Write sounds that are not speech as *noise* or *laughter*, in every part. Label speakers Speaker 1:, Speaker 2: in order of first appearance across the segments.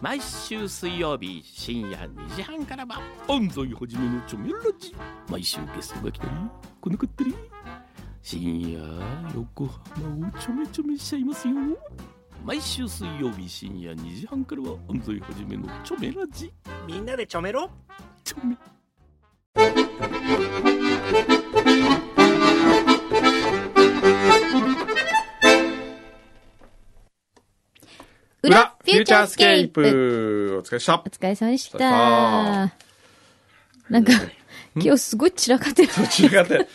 Speaker 1: 毎週水曜日深夜2時半からは安西はじめのチョメラジ毎週ゲストが来たり来なかったり深夜横浜をちょめちょめしちゃいますよ毎週水曜日深夜2時半からは安西はじめのチョメラジ
Speaker 2: みんなでちょめろ
Speaker 1: チョメ
Speaker 3: 裏フューチャースケープ
Speaker 4: プお疲れでした
Speaker 3: お疲れ様でし
Speaker 4: お疲れ
Speaker 3: た。なんか、今日すごい散らかってる。
Speaker 4: どちらか
Speaker 3: *laughs*
Speaker 4: で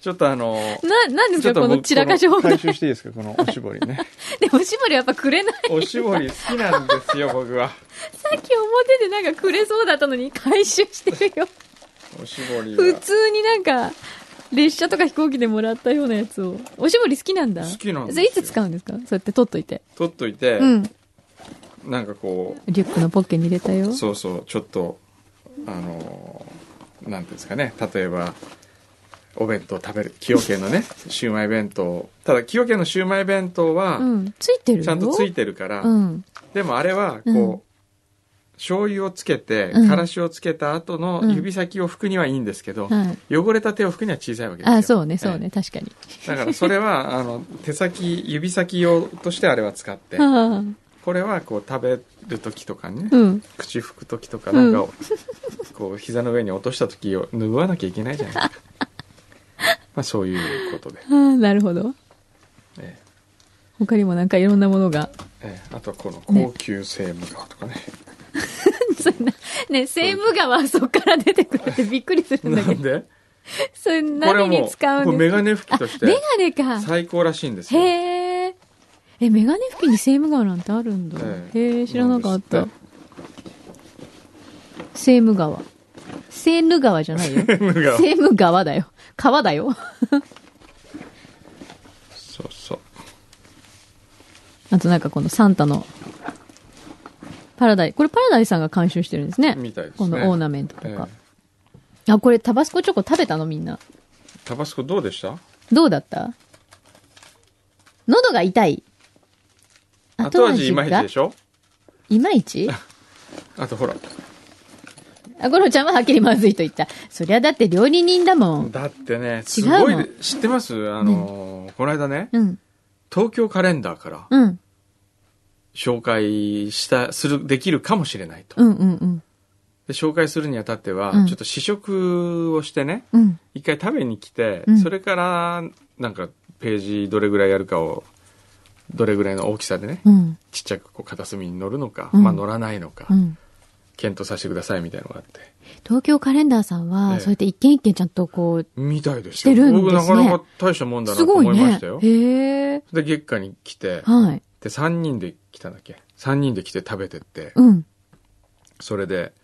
Speaker 4: ちょっとあの
Speaker 3: な、なんです
Speaker 4: ちょっ
Speaker 3: か
Speaker 4: と
Speaker 3: こ
Speaker 4: 僕
Speaker 3: の散らか状
Speaker 4: この
Speaker 3: 態。
Speaker 4: 回収していいですかこのおしぼ
Speaker 3: *laughs*
Speaker 4: りね
Speaker 3: でも、しぼりやっぱくれない。
Speaker 4: おしぼり好きなんですよ僕は
Speaker 3: さっき表でなんかくれそうだったのに回収してるよ。
Speaker 4: おしぼり
Speaker 3: 普
Speaker 4: は
Speaker 3: 通になんか、列車とか飛行機でもらったようなやつを。おしぼり好きなんだ。
Speaker 4: 好きなんです
Speaker 3: そ
Speaker 4: よ
Speaker 3: れいつ使うんですかそうやって取っといて。
Speaker 4: 取っといて、
Speaker 3: うん。
Speaker 4: なんかこ
Speaker 3: リュックのポッケに入れたよ
Speaker 4: う。そうそうちょっとあのーなんていうんですかね例えばお弁当食べる崎陽軒のねシウマイ弁当ただ崎陽軒のシウマイ弁当は
Speaker 3: うん。ついてるよ。
Speaker 4: ちゃんとついてるから、
Speaker 3: うん。
Speaker 4: でもあれはこう、
Speaker 3: うん
Speaker 4: 醤油をつけて、
Speaker 3: うん
Speaker 4: からしをつけた後の指先を拭くにはいいんですけど、
Speaker 3: はい。
Speaker 4: 汚れた手を拭くには小さいわけですよ
Speaker 3: あ、そうね、そう
Speaker 4: え
Speaker 3: ね、確かに。
Speaker 4: えだからそ
Speaker 3: *laughs*
Speaker 4: れはあの手先指先用としてあれは使って
Speaker 3: ああ
Speaker 4: これはこう食べる時とかね、
Speaker 3: うん。
Speaker 4: 口拭く時とかなんかを、 *laughs* こう膝の上に落とした時を拭わなきゃいけないじゃないですか
Speaker 3: *laughs*
Speaker 4: まあそういうことで、
Speaker 3: ああ、なるほど。
Speaker 4: え
Speaker 3: 他にもなんかいろんなものが。
Speaker 4: えええあとこの高級セーム川とかね
Speaker 3: そんな、ね、セーム川はそっから出てくるってびっくりするんだ
Speaker 4: な
Speaker 3: け
Speaker 4: ん
Speaker 3: ど。
Speaker 4: で
Speaker 3: *laughs* それ
Speaker 4: これは
Speaker 3: 何
Speaker 4: も
Speaker 3: に
Speaker 4: う
Speaker 3: 使うん
Speaker 4: これ
Speaker 3: で
Speaker 4: メ
Speaker 3: すか
Speaker 4: ガネ拭きとし
Speaker 3: メ
Speaker 4: て
Speaker 3: ガネか。
Speaker 4: 最高らしいんですよ
Speaker 3: へえ。え、メガネ拭きにセーム川なんてあるんだ。
Speaker 4: ええ
Speaker 3: へえ、知らなかっ
Speaker 4: な
Speaker 3: た
Speaker 4: んで。
Speaker 3: セーム川。セーヌ川じゃ *laughs* ないよ。
Speaker 4: セーム川
Speaker 3: セーム川だよ。川だよ。
Speaker 4: *laughs* そうそう
Speaker 3: *laughs* あとなんかこのサンタの、パラダイ、これパラダイさんが監修してるんですね。
Speaker 4: みたいですね
Speaker 3: このオーナメントとか。
Speaker 4: ええ
Speaker 3: あ、これタバスコチョコ食べたのみんな。
Speaker 4: タバスコどうでした
Speaker 3: どうだった喉が痛い。
Speaker 4: 後味いまいち
Speaker 3: が
Speaker 4: でしょ
Speaker 3: いまい
Speaker 4: *laughs*
Speaker 3: ち
Speaker 4: あとほら
Speaker 3: あ、ゴロちゃんははっきりまずいと言った。そりゃだって料理人だもん。
Speaker 4: だってね
Speaker 3: 違
Speaker 4: す
Speaker 3: うの
Speaker 4: ごいで知ってますあのーこの間ね
Speaker 3: うん。
Speaker 4: 東京カレンダーから
Speaker 3: うん。
Speaker 4: 紹介したするできるかもしれないと、
Speaker 3: うんうんうん。
Speaker 4: で紹介するにあたっては、
Speaker 3: うん
Speaker 4: ちょっと試食をしてね
Speaker 3: うん。
Speaker 4: 一回食べに来て、
Speaker 3: うん
Speaker 4: それからなんかページどれぐらいやるかをどれぐらいの大きさでね
Speaker 3: うん。
Speaker 4: ちっちゃくこう片隅に乗るのか、
Speaker 3: うん
Speaker 4: まあ乗らないのか、
Speaker 3: うん。
Speaker 4: 検討させてくださいみたいなのがあって
Speaker 3: 東京カレンダーさんは、
Speaker 4: ええ
Speaker 3: そうやって一件一件ちゃんとこう、
Speaker 4: みたいですよ
Speaker 3: してるんですね
Speaker 4: 僕なかなか大したもんだな
Speaker 3: す
Speaker 4: と
Speaker 3: ごい
Speaker 4: 思いま
Speaker 3: ね
Speaker 4: したよ。。
Speaker 3: へえ。
Speaker 4: で、月下に来て、
Speaker 3: はい。
Speaker 4: で、3人で来たんだっけ ?3 人で来て食べてって、
Speaker 3: うん。
Speaker 4: それで、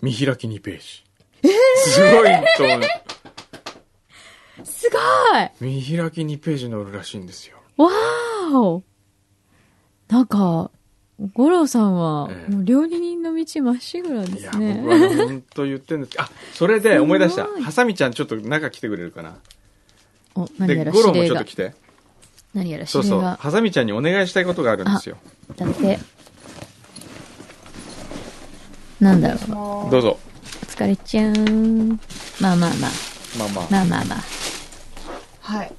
Speaker 4: 見開き2ページ。すごいと思う。
Speaker 3: すごい
Speaker 4: 見開き2ページ載るらしいんですよ。
Speaker 3: わーおなんか、五郎さんは、
Speaker 4: ええ
Speaker 3: もう料理人の道まっしぐらで
Speaker 4: い
Speaker 3: す
Speaker 4: や、
Speaker 3: ね。
Speaker 4: 僕はね本当言ってるんですけど、あ、それで思い出した
Speaker 3: すごい。
Speaker 4: ハサミちゃんちょっと中来てくれるかな。
Speaker 3: *laughs* お、何や
Speaker 4: で、
Speaker 3: ら
Speaker 4: ゴロ
Speaker 3: 指
Speaker 4: も
Speaker 3: 令
Speaker 4: ちょっ
Speaker 3: が
Speaker 4: と来。て。
Speaker 3: 何やら
Speaker 4: そう
Speaker 3: 指
Speaker 4: そ
Speaker 3: 令
Speaker 4: う。
Speaker 3: が。
Speaker 4: ハサミちゃんにお願いしたいことがあるんですよ。
Speaker 3: だって、なんだろう。お
Speaker 4: どうぞ。
Speaker 3: 疲れちゃーん。まあまあまあ。
Speaker 4: まあまあ。
Speaker 3: まあまあまあ。
Speaker 5: はい。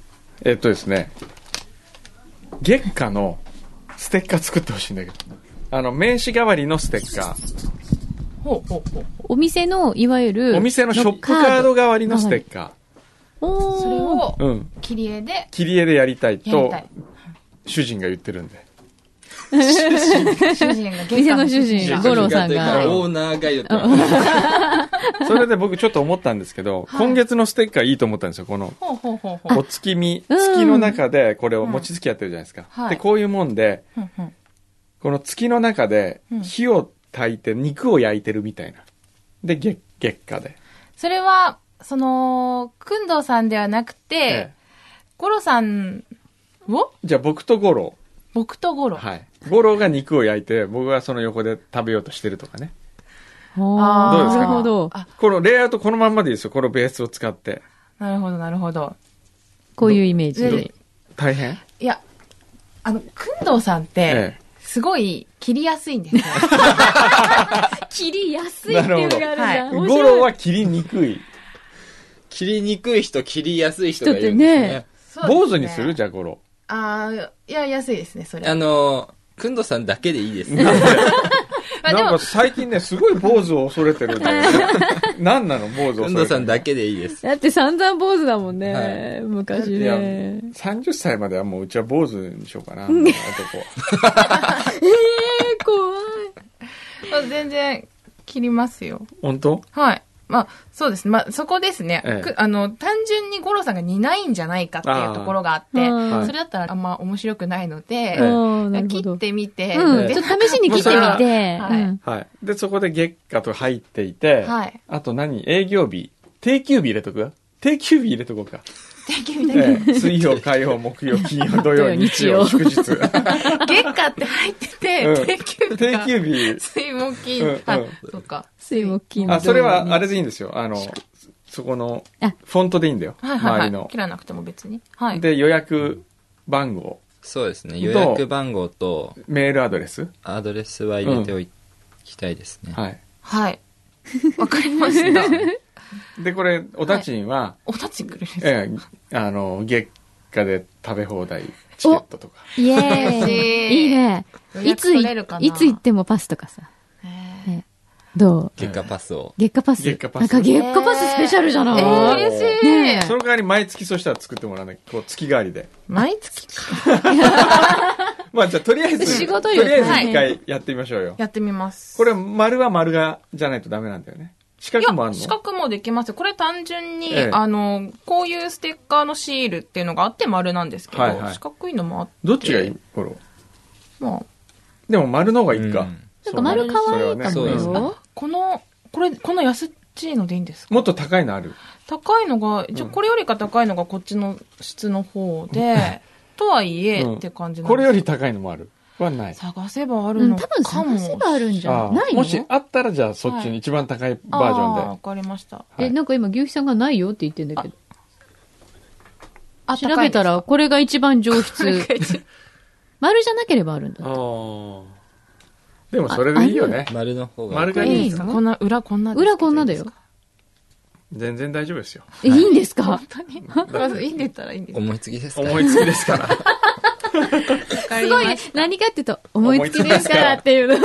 Speaker 4: えっとですね、月下のステッカー作ってほしいんだけど、あの、名刺代わりのステッカー、
Speaker 5: ほうほうほう。
Speaker 3: お店の、いわゆる、
Speaker 4: お店のショップカード代わりのステッカ
Speaker 3: おー
Speaker 5: それを
Speaker 4: ー、うん、
Speaker 5: 切り絵で
Speaker 4: 切り絵でやりたい
Speaker 5: やり
Speaker 4: と
Speaker 5: たい。
Speaker 4: 主人が言ってるんで、
Speaker 5: 主人が
Speaker 4: *laughs*
Speaker 5: 玄
Speaker 3: 店
Speaker 5: 関
Speaker 3: の主人
Speaker 5: が
Speaker 3: 五郎さんが
Speaker 6: オーナーが言ってま
Speaker 4: *laughs*
Speaker 6: す
Speaker 4: それで僕ちょっと思ったんですけど、今月のステッカーいいと思ったんですよ、この。
Speaker 5: ほうほうほうほう。
Speaker 4: お月見、
Speaker 3: うん
Speaker 4: 月の中でこれを餅つきやってるじゃないですか。
Speaker 5: はい
Speaker 4: で、こういうもんで、
Speaker 5: ふんふん
Speaker 4: この月の中で
Speaker 5: うん
Speaker 4: 火を焚いて肉を焼いてるみたいな。で、月、月下で。
Speaker 5: それは、その、くんどうさんではなくて
Speaker 4: え、
Speaker 5: ゴロさんを
Speaker 4: じゃあ僕と五郎。
Speaker 5: 僕とゴロ。
Speaker 4: はい。五郎が肉を焼いて、僕がその横で食べようとしてるとかね。
Speaker 3: お
Speaker 5: あ
Speaker 3: ー
Speaker 5: ー
Speaker 4: どうですかね
Speaker 3: なるほど。
Speaker 5: あ、
Speaker 4: このレイアウトこのまんまでいいですよ。このベースを使って。
Speaker 5: なるほど、なるほど。
Speaker 3: こういうイメージで。
Speaker 4: 大変
Speaker 5: いや、あの、くんどうさんって、
Speaker 4: ええ。
Speaker 5: すごい切りやすいんで
Speaker 4: *laughs*
Speaker 5: すよ。
Speaker 3: 切りやすいっていうのがあるんだ。
Speaker 5: なる
Speaker 3: 面
Speaker 4: ゴ
Speaker 3: 白い
Speaker 4: ロは切りにくい。
Speaker 2: 切りにくい人、切りやすい人がいるんですね。
Speaker 3: 人って
Speaker 4: 坊主にする
Speaker 5: ゃ
Speaker 4: じゃあゴロ。
Speaker 5: ああ、いや、安いですね、それ。
Speaker 2: あ
Speaker 5: ま
Speaker 2: の、くんどさんだけでいい
Speaker 4: *laughs*
Speaker 2: ですね。
Speaker 5: あ
Speaker 4: な
Speaker 5: で
Speaker 4: ん
Speaker 5: も
Speaker 4: か、最近ね、すごい坊主を恐れてるんだよね。
Speaker 5: *laughs*
Speaker 4: 何なの坊主を
Speaker 2: くん
Speaker 4: 恐
Speaker 2: ど
Speaker 4: れて
Speaker 2: さ
Speaker 4: る
Speaker 2: んだけでいいです。
Speaker 3: だって散々坊主だもんね。
Speaker 2: は
Speaker 3: 昔
Speaker 4: いや
Speaker 3: ね。
Speaker 4: 30歳まではもううちは坊主にしようかな、男は。
Speaker 3: えー、怖い。
Speaker 5: まあ全然切りますよ。
Speaker 4: 本当
Speaker 5: はい。まあ、そうですね。まあ、そこですね。
Speaker 4: ええ
Speaker 5: くあの、単純に五郎さんが似ないんじゃないかっていうところがあって、
Speaker 3: あー
Speaker 5: それだったらあんま面白くないので、
Speaker 4: え
Speaker 3: あーなるほ
Speaker 5: 切
Speaker 3: ど
Speaker 5: っ。てみて、
Speaker 3: うん、
Speaker 5: で
Speaker 3: ちょっと試しに切って
Speaker 4: も
Speaker 3: み
Speaker 4: うそ
Speaker 3: て。
Speaker 5: ははい
Speaker 3: うん
Speaker 4: はい。で、そこで月下と入っていて、
Speaker 5: はい。
Speaker 4: あと何営業日。定休日入れとく定休日入れとこうか。
Speaker 5: 定休日だけ
Speaker 4: ええ水曜、火曜、木曜、金曜、土曜、日曜、
Speaker 3: 土
Speaker 4: 祝日。
Speaker 5: 月下って入って
Speaker 4: うん
Speaker 5: て、定休日
Speaker 4: 定
Speaker 5: か。
Speaker 4: 休日。
Speaker 5: 水
Speaker 4: う
Speaker 5: 木金
Speaker 4: んうん。
Speaker 5: あ、そうか。
Speaker 3: 水木金
Speaker 4: あ、それはあ
Speaker 3: れ
Speaker 4: れでいいんですよ。あの、そこの
Speaker 3: あ、
Speaker 4: フォントでいいんだよ。
Speaker 5: はいはい
Speaker 4: 周り
Speaker 5: はい。
Speaker 4: の
Speaker 5: 切。らなくても別に。はい。
Speaker 4: で、予約番号、
Speaker 2: そうですね。
Speaker 4: ど
Speaker 2: 予
Speaker 4: う
Speaker 2: 約番号と
Speaker 4: メールアドレス。
Speaker 2: アドレスは入れておきたいですね。
Speaker 4: はい。
Speaker 5: はい。わかりました。
Speaker 4: *laughs* で、これ、おたちんは、
Speaker 5: お立ちくるんですか
Speaker 4: ええ、あの、月下で食べ放題チケットとか。
Speaker 3: イエー
Speaker 5: 嬉し
Speaker 3: イ。
Speaker 5: い
Speaker 3: いいね。
Speaker 5: 予
Speaker 3: い
Speaker 5: 約
Speaker 3: つ
Speaker 5: 取
Speaker 3: い
Speaker 5: れるか、ない
Speaker 3: つ行ってもパスとかさ。
Speaker 5: え
Speaker 3: ねどう
Speaker 2: 結果パスを。
Speaker 3: 月下パス。
Speaker 4: 月下パス
Speaker 3: なんか月
Speaker 5: ー
Speaker 3: 下パススペシャルじゃない、
Speaker 5: えー
Speaker 4: え
Speaker 5: 嬉しい。
Speaker 3: ねえ
Speaker 4: その代わり毎月そしたら作ってもらわなきゃ、こう月替わりで。
Speaker 5: 毎月か。
Speaker 4: まあじゃあとりあえず、
Speaker 3: 仕
Speaker 4: と
Speaker 3: 事
Speaker 4: り
Speaker 3: よ
Speaker 4: あえず一回やってみましょうよ。
Speaker 5: やってみます。
Speaker 4: これ、丸は丸が、じゃないとダメなんだよね。四
Speaker 5: い
Speaker 4: 角もあ
Speaker 5: や、
Speaker 4: るの
Speaker 5: 資格もできますよ。これ単純に、
Speaker 4: ええ
Speaker 5: あの、こういうステッカーのシールっていうのがあって丸なんですけど、
Speaker 4: はいはい
Speaker 5: 四角いのもあって、
Speaker 4: どっちがいいこれ。
Speaker 5: まあ、
Speaker 4: でも丸の方がいいか。
Speaker 2: うん
Speaker 3: なんか丸可愛いか
Speaker 4: そ
Speaker 3: も
Speaker 4: う
Speaker 2: ねそれは
Speaker 3: よ。
Speaker 5: この、これ、この安っちいのでいいんですか
Speaker 4: もっと高いのある。
Speaker 5: 高いのが、じゃあ
Speaker 4: うん
Speaker 5: これよりか高いのがこっちの質の方で、とはいえ、
Speaker 4: うん
Speaker 5: って感じなん
Speaker 4: これ
Speaker 5: で
Speaker 4: よ
Speaker 5: す
Speaker 4: り高いのもある。はない。
Speaker 5: 探せばあ
Speaker 3: う
Speaker 5: る
Speaker 3: ん、
Speaker 5: の
Speaker 3: 多分
Speaker 5: かも。
Speaker 3: 探せばあるんじゃ
Speaker 4: あ
Speaker 3: ないな
Speaker 4: あ
Speaker 3: いの
Speaker 4: もしあったら、じゃあそっち
Speaker 5: は
Speaker 4: に
Speaker 5: い
Speaker 4: 一番高いバ
Speaker 5: あ
Speaker 4: ージョンで。
Speaker 5: ーわかりました。
Speaker 4: はい
Speaker 3: え、なんか今、牛肥さんがないよって言ってんだけど。
Speaker 5: あ
Speaker 3: 調べた、ら、これが一番上質。
Speaker 5: 高いです
Speaker 3: *laughs* 丸じゃなければあるんだ。
Speaker 4: でもそれでいいよね。
Speaker 2: 丸の方が。
Speaker 4: 丸が
Speaker 5: い
Speaker 4: い
Speaker 5: い
Speaker 4: い
Speaker 5: ん
Speaker 4: ん
Speaker 5: で
Speaker 4: ですす
Speaker 5: か
Speaker 4: か
Speaker 5: こんな裏こんなですけど
Speaker 3: 裏こんなだよ
Speaker 4: 全然大丈夫ですよ。
Speaker 3: え、いいんですか
Speaker 5: いい
Speaker 4: *laughs*
Speaker 5: んですか。本当にまずいいんでったらいいんですか
Speaker 2: 思いつきですか
Speaker 4: 思いつきですから。
Speaker 3: すごいね。何かっていうと、思いつきですからっていうの。
Speaker 2: いい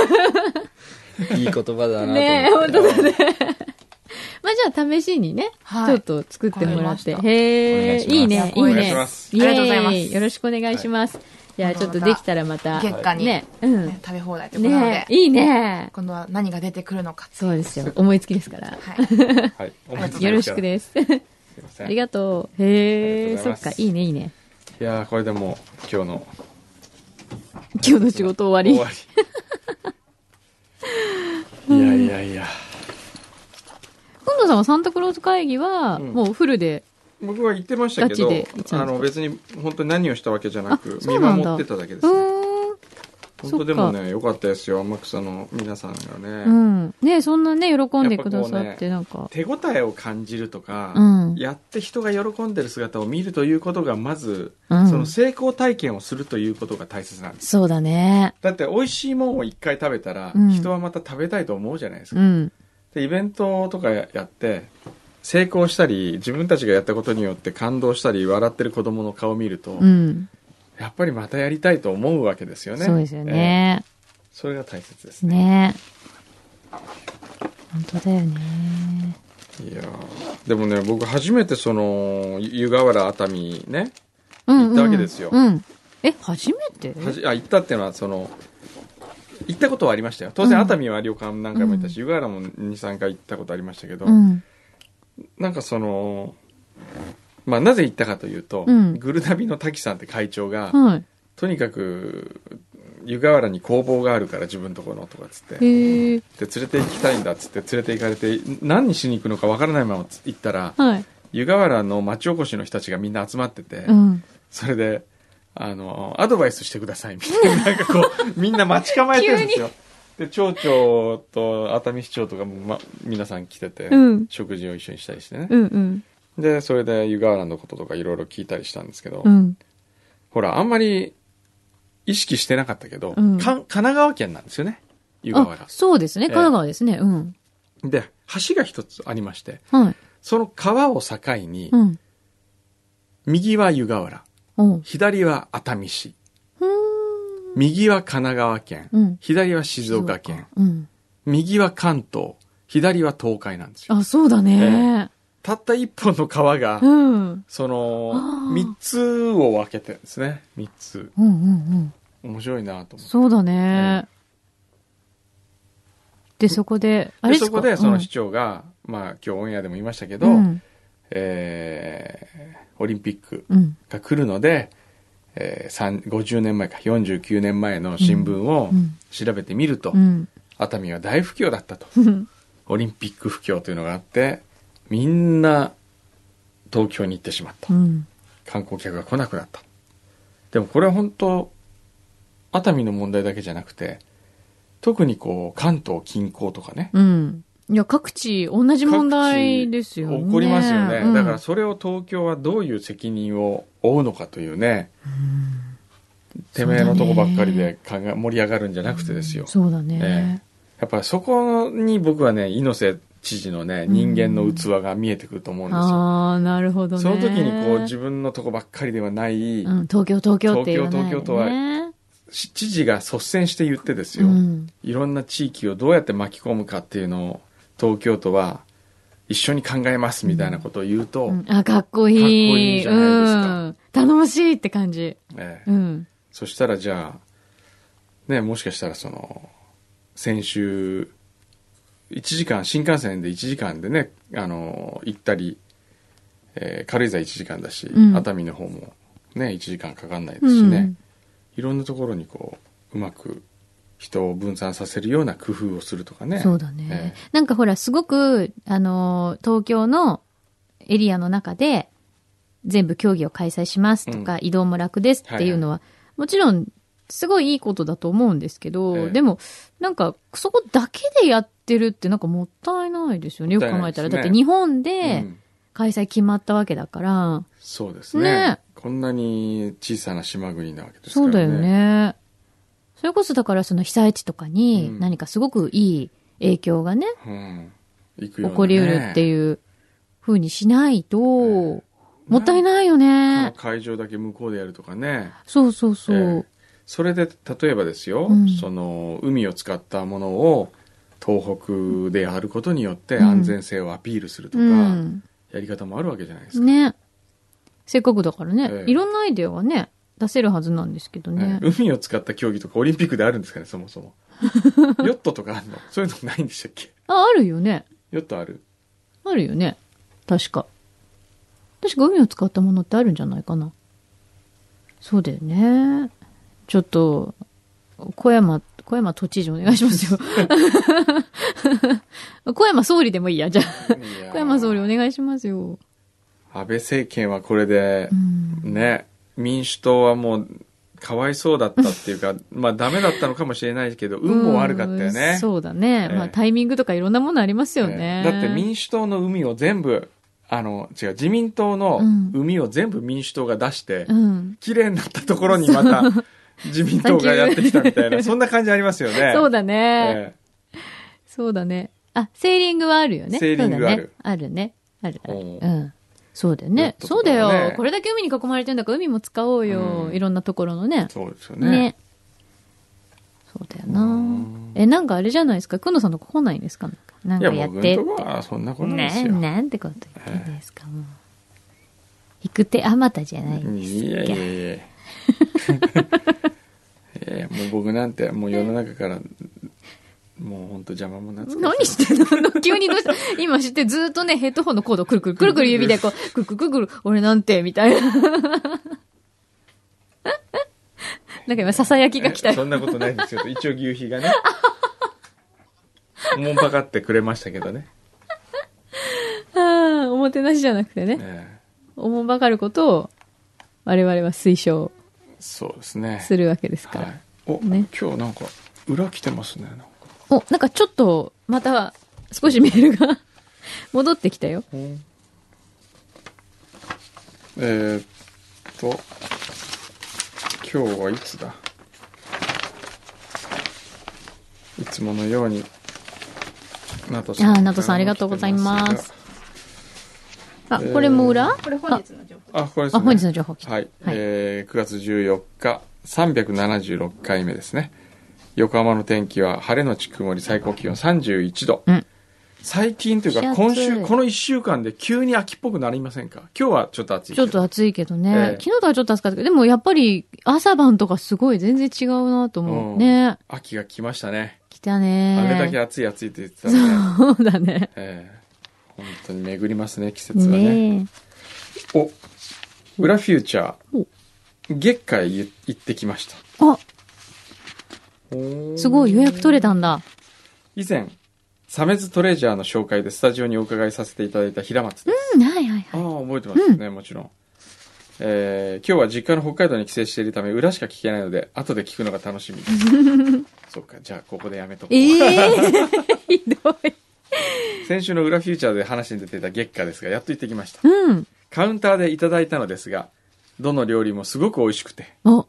Speaker 2: 言葉だなと思って。
Speaker 3: ね
Speaker 4: *laughs*
Speaker 3: え、本当だね。まあじゃあ試しにね、
Speaker 5: はい
Speaker 3: ちょっと作ってもらって。
Speaker 5: わかりました
Speaker 3: へ
Speaker 2: お願い
Speaker 3: え、
Speaker 2: します
Speaker 3: いいね、いい
Speaker 4: お願い
Speaker 3: ね
Speaker 4: します。
Speaker 3: イエーイ
Speaker 5: ありがとうございます
Speaker 3: よろしくお願いします。じゃあちょっとできたらまた。
Speaker 5: 月下に
Speaker 3: ね、うん。
Speaker 5: ね食べ放題ということなので
Speaker 3: ね、いいね。
Speaker 5: 今度は何が出てくるのか。
Speaker 3: そうですよ。思いつきですから。
Speaker 5: はい。
Speaker 4: はい。思いつきですから
Speaker 3: よろしくです。
Speaker 4: すいませ
Speaker 3: あ
Speaker 4: ん
Speaker 3: り
Speaker 4: い
Speaker 3: がとう。へ
Speaker 4: あ
Speaker 3: え、
Speaker 4: りがと
Speaker 3: そう
Speaker 4: ご
Speaker 3: っ
Speaker 4: ざいます
Speaker 3: か、いいね、いいね。
Speaker 4: やーこれでもう今日の
Speaker 3: 今日の仕事終
Speaker 4: 終
Speaker 3: わ
Speaker 4: わ
Speaker 3: *laughs*
Speaker 4: り。いやいやいや。
Speaker 3: り。今野さんはサンタクロース会議は、
Speaker 4: うん
Speaker 3: もうフルで。
Speaker 4: 僕は言ってましたけ
Speaker 3: ガチ
Speaker 4: ど
Speaker 3: で言っちゃう
Speaker 4: あ
Speaker 3: んですか
Speaker 4: の別に本当に何をしたわけじゃなく
Speaker 3: あそ
Speaker 4: 見
Speaker 3: うなんだ
Speaker 4: 守ってただけで
Speaker 3: う
Speaker 4: す、ね、
Speaker 3: ーん。
Speaker 4: 本当でもね良かったですよ天草の皆さんがね、
Speaker 3: うん。ねそんなね、喜んでくださっ
Speaker 4: やっぱこう
Speaker 3: て、
Speaker 4: ね
Speaker 3: なんか。
Speaker 4: 手応えを感じるとか、
Speaker 3: うん
Speaker 4: やって人が喜んでる姿を見るということがまず、
Speaker 3: うん
Speaker 4: その成功体験をするということが大切なんです
Speaker 3: そうだね。
Speaker 4: だって美味しいもんを一回食べたら、
Speaker 3: うん
Speaker 4: 人はまた食べたいと思うじゃないですか、
Speaker 3: うん。
Speaker 4: でイベントとかやって成功したり自分たちがやったことによって感動したり笑ってる子供の顔を見ると、
Speaker 3: うん。
Speaker 4: やっぱりまたやりたいと思うわけですよね。
Speaker 3: そうですよね。
Speaker 4: ええ。それが大切です
Speaker 3: ね
Speaker 4: ね。
Speaker 3: 本当だよね。
Speaker 4: いやーでもね、僕初めてその、湯河原熱海ね、
Speaker 3: うん、うん。
Speaker 4: 行ったわけですよ
Speaker 3: うん。え、初めて
Speaker 4: はじあ、行ったっていうのはその、行ったことはありましたよ。当然
Speaker 3: うん
Speaker 4: 熱海は旅館何回も行ったし、湯河原も2、3回行ったことありましたけど、
Speaker 3: うん。
Speaker 4: なんかその、まあなぜ行ったかというと、
Speaker 3: うん
Speaker 4: グルナビの滝さんって会長が、
Speaker 3: はい。
Speaker 4: とにかく、湯河原に工房があるから自分とこのとかっつって、
Speaker 3: へえ。
Speaker 4: で連れて行きたいんだっつって連れて行かれて何しに行くのかわからないまま行ったら
Speaker 3: はい。
Speaker 4: 湯河原の町おこしの人たちがみんな集まってて、
Speaker 3: うん。
Speaker 4: それであのアドバイスしてくださいみたいななんかこうみんな待ち構えてるん
Speaker 3: *laughs*
Speaker 4: ですよで町長と熱海市長とかも、ま、皆さん来てて、
Speaker 3: うん
Speaker 4: 食事を一緒にしたりしてね
Speaker 3: う、んうん。
Speaker 4: でそれで湯河原のこととかいろいろ聞いたりしたんですけど、
Speaker 3: うん。
Speaker 4: ほらあんまり意識してなかったけど、
Speaker 3: うん
Speaker 4: かん神奈川県なんですよね湯河
Speaker 3: あ
Speaker 4: 原、
Speaker 3: そうですね。
Speaker 4: ええ
Speaker 3: 神奈川ですね。うん。
Speaker 4: で橋が一つありまして
Speaker 3: はい。
Speaker 4: その川を境に、
Speaker 3: うん。
Speaker 4: 右は湯河原
Speaker 3: おう。
Speaker 4: 左は熱海市
Speaker 3: うーん
Speaker 4: 右は神奈川県、
Speaker 3: うん
Speaker 4: 左は静岡県。
Speaker 3: うん。
Speaker 4: 右は関東左は東海なんですよ
Speaker 3: あ、そうだね。
Speaker 4: たった一本の川が、
Speaker 3: うん。
Speaker 4: その
Speaker 3: あー
Speaker 4: 3つを分けてるんですね3つ
Speaker 3: うんうんうん。
Speaker 4: 面白いなと思って
Speaker 3: そうだね。で、そこで、あれ
Speaker 4: で
Speaker 3: です
Speaker 4: そ
Speaker 3: か
Speaker 4: こでその
Speaker 3: うん
Speaker 4: 市長が、まあ今日オンエアでも言いましたけど、
Speaker 3: うん。
Speaker 4: えーオリンピック
Speaker 3: うん。
Speaker 4: が来るので、えー三、50年前か49年前の新聞を
Speaker 3: うん
Speaker 4: 調べてみると、
Speaker 3: うん。
Speaker 4: 熱海は大不況だったと
Speaker 3: うん
Speaker 4: オリンピック不況というのがあってみんな東京に行ってしまった
Speaker 3: うん。
Speaker 4: 観光客が来なくなったでもこれは本当熱海の問題だけじゃなくて特にこう関東近郊とかね
Speaker 3: うん。いや、各地、同じ問題ですよね。
Speaker 4: 起こりますよね、
Speaker 3: うん
Speaker 4: だからそれを東京はどういう責任を負うのかというね、てめえのとこばっかりで考え盛り上がるんじゃなくてですよ、
Speaker 3: そうだ
Speaker 4: え
Speaker 3: ね。
Speaker 4: やっぱりそこに僕はね猪瀬知事のね人間の器が見えてくると思うんですよ、
Speaker 3: ああ、なるほどね。
Speaker 4: その時にこう自分のとこばっかりではない、
Speaker 3: うん、東京、東京って言わない、ね。
Speaker 4: 東京東京とはし知事が率先して言ってですよ、
Speaker 3: うん。
Speaker 4: いろんな地域をどうやって巻き込むかっていうのを東京都は一緒に考えますみたいなことを言うと、
Speaker 3: うんあ、かっこいい。
Speaker 4: かっこいいじゃないですか
Speaker 3: うん。頼もしいって感じ。
Speaker 4: ええ
Speaker 3: うん。
Speaker 4: そしたらじゃあ、ね、もしかしたらその、先週、1時間、新幹線で1時間でね、あの、行ったり、えー軽井沢1時間だし、
Speaker 3: うん
Speaker 4: 熱海の方もね、1時間かかんないで
Speaker 3: う
Speaker 4: すし
Speaker 3: ん。
Speaker 4: ね、いろんなところにこう、うまく人を分散させるような工夫をするとかね。
Speaker 3: そうだね、
Speaker 4: ええ
Speaker 3: なんかほら、すごく、あのー、東京のエリアの中で、全部競技を開催しますとか、移動も楽ですっていうのは、もちろん、すごいいいことだと思うんですけど、
Speaker 4: ええ
Speaker 3: でも、なんか、そこだけでやってるってなんかもったいないですよね。よ
Speaker 4: も
Speaker 3: く
Speaker 4: ったい
Speaker 3: 考
Speaker 4: ない
Speaker 3: え
Speaker 4: で
Speaker 3: た
Speaker 4: すね
Speaker 3: ら。だって日本で
Speaker 4: うん
Speaker 3: 開催決まったわけだから、
Speaker 4: そうですね
Speaker 3: ね
Speaker 4: こんなに小さな島国なわけですか
Speaker 3: そ
Speaker 4: ら
Speaker 3: う
Speaker 4: ね。
Speaker 3: だよね。それこそだからその被災地とか
Speaker 4: う
Speaker 3: に
Speaker 4: ん
Speaker 3: 何かすごくいい影響がね、
Speaker 4: うん。行くようなね
Speaker 3: 起こりうるっていう風にしないと、
Speaker 4: え
Speaker 3: もったいないよ
Speaker 4: この
Speaker 3: ね。
Speaker 4: 会場だけ向こうでやるとかね。
Speaker 3: そうそうそう。
Speaker 4: ええそれで、例えばですよ、
Speaker 3: うん
Speaker 4: その、海を使ったものを東北でやることによって
Speaker 3: うん
Speaker 4: 安全性をアピールするとか、
Speaker 3: うん。
Speaker 4: やり方もあるわけじゃないですか。
Speaker 3: ね。せっかくだからね、
Speaker 4: ええ
Speaker 3: いろんなアイデアがね、出せるはずなんですけどね。
Speaker 4: ええ海を使った競技とかオリンピックであるんですかね、そも
Speaker 3: *laughs*
Speaker 4: そも。ヨットとかあるのそういうのないんでしたっけ
Speaker 3: あ、あるよね。
Speaker 4: ヨットあ
Speaker 3: *laughs*
Speaker 4: る
Speaker 3: あるよね。確か。確か海を使ったものってあるんじゃないかな。そうだよね。ちょっと、小山、小山都知事お願いします
Speaker 4: *laughs*
Speaker 3: よ。小山総理でもいいや、じゃあ。小山総理お願いしますよ。
Speaker 4: 安倍政権はこれで
Speaker 3: う、ん。
Speaker 4: ね、民主党はもう、かわいそうだったっていうか、まあダメだったのかもしれないけど、運も悪かったよね。
Speaker 3: うんそうだね。
Speaker 4: ええ
Speaker 3: まあタイミングとかいろんなものありますよね。
Speaker 4: えーだって民主党の海を全部あの違う自民党の
Speaker 3: うん
Speaker 4: 海を全部民主党が出して、
Speaker 3: うん。
Speaker 4: 綺麗になったところに
Speaker 3: *laughs*
Speaker 4: また自民党がやってきたみたいなそんな感じありますよね。
Speaker 3: そうだね。
Speaker 4: え
Speaker 3: そうだね。あ、セーリングはあるよね。
Speaker 4: セーリングある
Speaker 3: そうだね。あるね。あるある。
Speaker 4: おう
Speaker 3: うん。そうだよ
Speaker 4: ヨッ
Speaker 3: ね。
Speaker 4: トと
Speaker 3: そ
Speaker 4: か
Speaker 3: うだよ、
Speaker 4: ね
Speaker 3: これだけ海に囲まれてんだから海も使おうよ。
Speaker 4: うん
Speaker 3: いろんなところのね
Speaker 4: ー。そうですよね
Speaker 3: ね。そうだよな。え、なんかあれじゃないですか。くのさんのこ来ないんですかなん
Speaker 4: い
Speaker 3: か
Speaker 4: や
Speaker 3: やっ
Speaker 4: 僕
Speaker 3: て
Speaker 4: の
Speaker 3: っ
Speaker 4: と
Speaker 3: て。
Speaker 4: こはそんなことないです
Speaker 3: な
Speaker 4: よ。
Speaker 3: なんてこと言ってんですか、もう。引く手あまたじゃないんです
Speaker 4: いやいや
Speaker 3: か。
Speaker 4: いやいやいやもう僕なんてもう世の中からもう本当邪魔もなつ
Speaker 3: 何してんの急にどうした今知ってずーっとね、ヘッドホンのコードをくるくるくるくる指でこう、くるくるくるくる、俺なんて、みたいな。なんか今、ささやきが来た
Speaker 4: えそ
Speaker 3: よ。
Speaker 4: んなことないですよ。一応牛皮 *laughs* がね。おもんぱかってくれましたけどね。
Speaker 3: あーおもてなしじゃなくてね、
Speaker 4: え
Speaker 3: おもんばかることを、我々は推奨
Speaker 4: えそうですね。
Speaker 3: するわけですか
Speaker 4: は
Speaker 3: ら。
Speaker 4: い。お、
Speaker 3: ね
Speaker 4: 今日なんか、裏来てますね。なんか
Speaker 3: お、なんかちょっと、また、少しメールが、戻ってきたよ。
Speaker 4: うんえーっと、今日はいつだいつものように、ナト
Speaker 3: あーナトさんありがとうございますあ、これも裏
Speaker 5: これ本日の情報。
Speaker 4: あ、これです
Speaker 3: あ、
Speaker 4: ね。
Speaker 3: 本日の情報来た。
Speaker 4: はい、えー9月14日、376回目ですね。横浜の天気は晴れのち曇り、最高気温31度。
Speaker 3: うん
Speaker 4: 最近という
Speaker 3: 蒸し
Speaker 4: か、
Speaker 3: 暑い
Speaker 4: 今週、この1週間で急に秋っぽくなりませんか今日はちょっと暑いけ
Speaker 3: ちょ
Speaker 4: ど。
Speaker 3: っと暑いけどね、
Speaker 4: ええ
Speaker 3: 昨日とはちょっと暑かったけど、でもやっぱり朝晩とかすごい全然違うなと思う。
Speaker 4: うん
Speaker 3: ね
Speaker 4: 秋が来ましたね。
Speaker 3: 来たね
Speaker 4: あれだけ暑い暑いって言ってたの
Speaker 3: そ
Speaker 4: で、
Speaker 3: うだね。
Speaker 4: えー本当に巡りますね、季節はね。
Speaker 3: ね
Speaker 4: お、裏フューチャ
Speaker 3: お
Speaker 4: ー、月会行ってきました。
Speaker 3: え。あ、すごい予約取れたんだ。
Speaker 4: 以前、サメズトレジャーの紹介でスタジオにお伺いさせていただいた平松です。
Speaker 3: うん、はいはいはい。
Speaker 4: ああ、覚えてますね、もちろん。えー今日は実家の北海道に帰省しているため、裏しか聞けないので、後で聞くのが楽しみです。
Speaker 3: *laughs*
Speaker 4: そっか、じゃあここでやめとこう。
Speaker 3: ええ
Speaker 4: *laughs*
Speaker 3: ひどい。
Speaker 4: 先週の裏フューチャーで話に出ていた月下ですが、やっと行ってきました。
Speaker 3: うん。
Speaker 4: カウンターでいただいたのですが、どの料理もすごく美味しくて、
Speaker 3: お、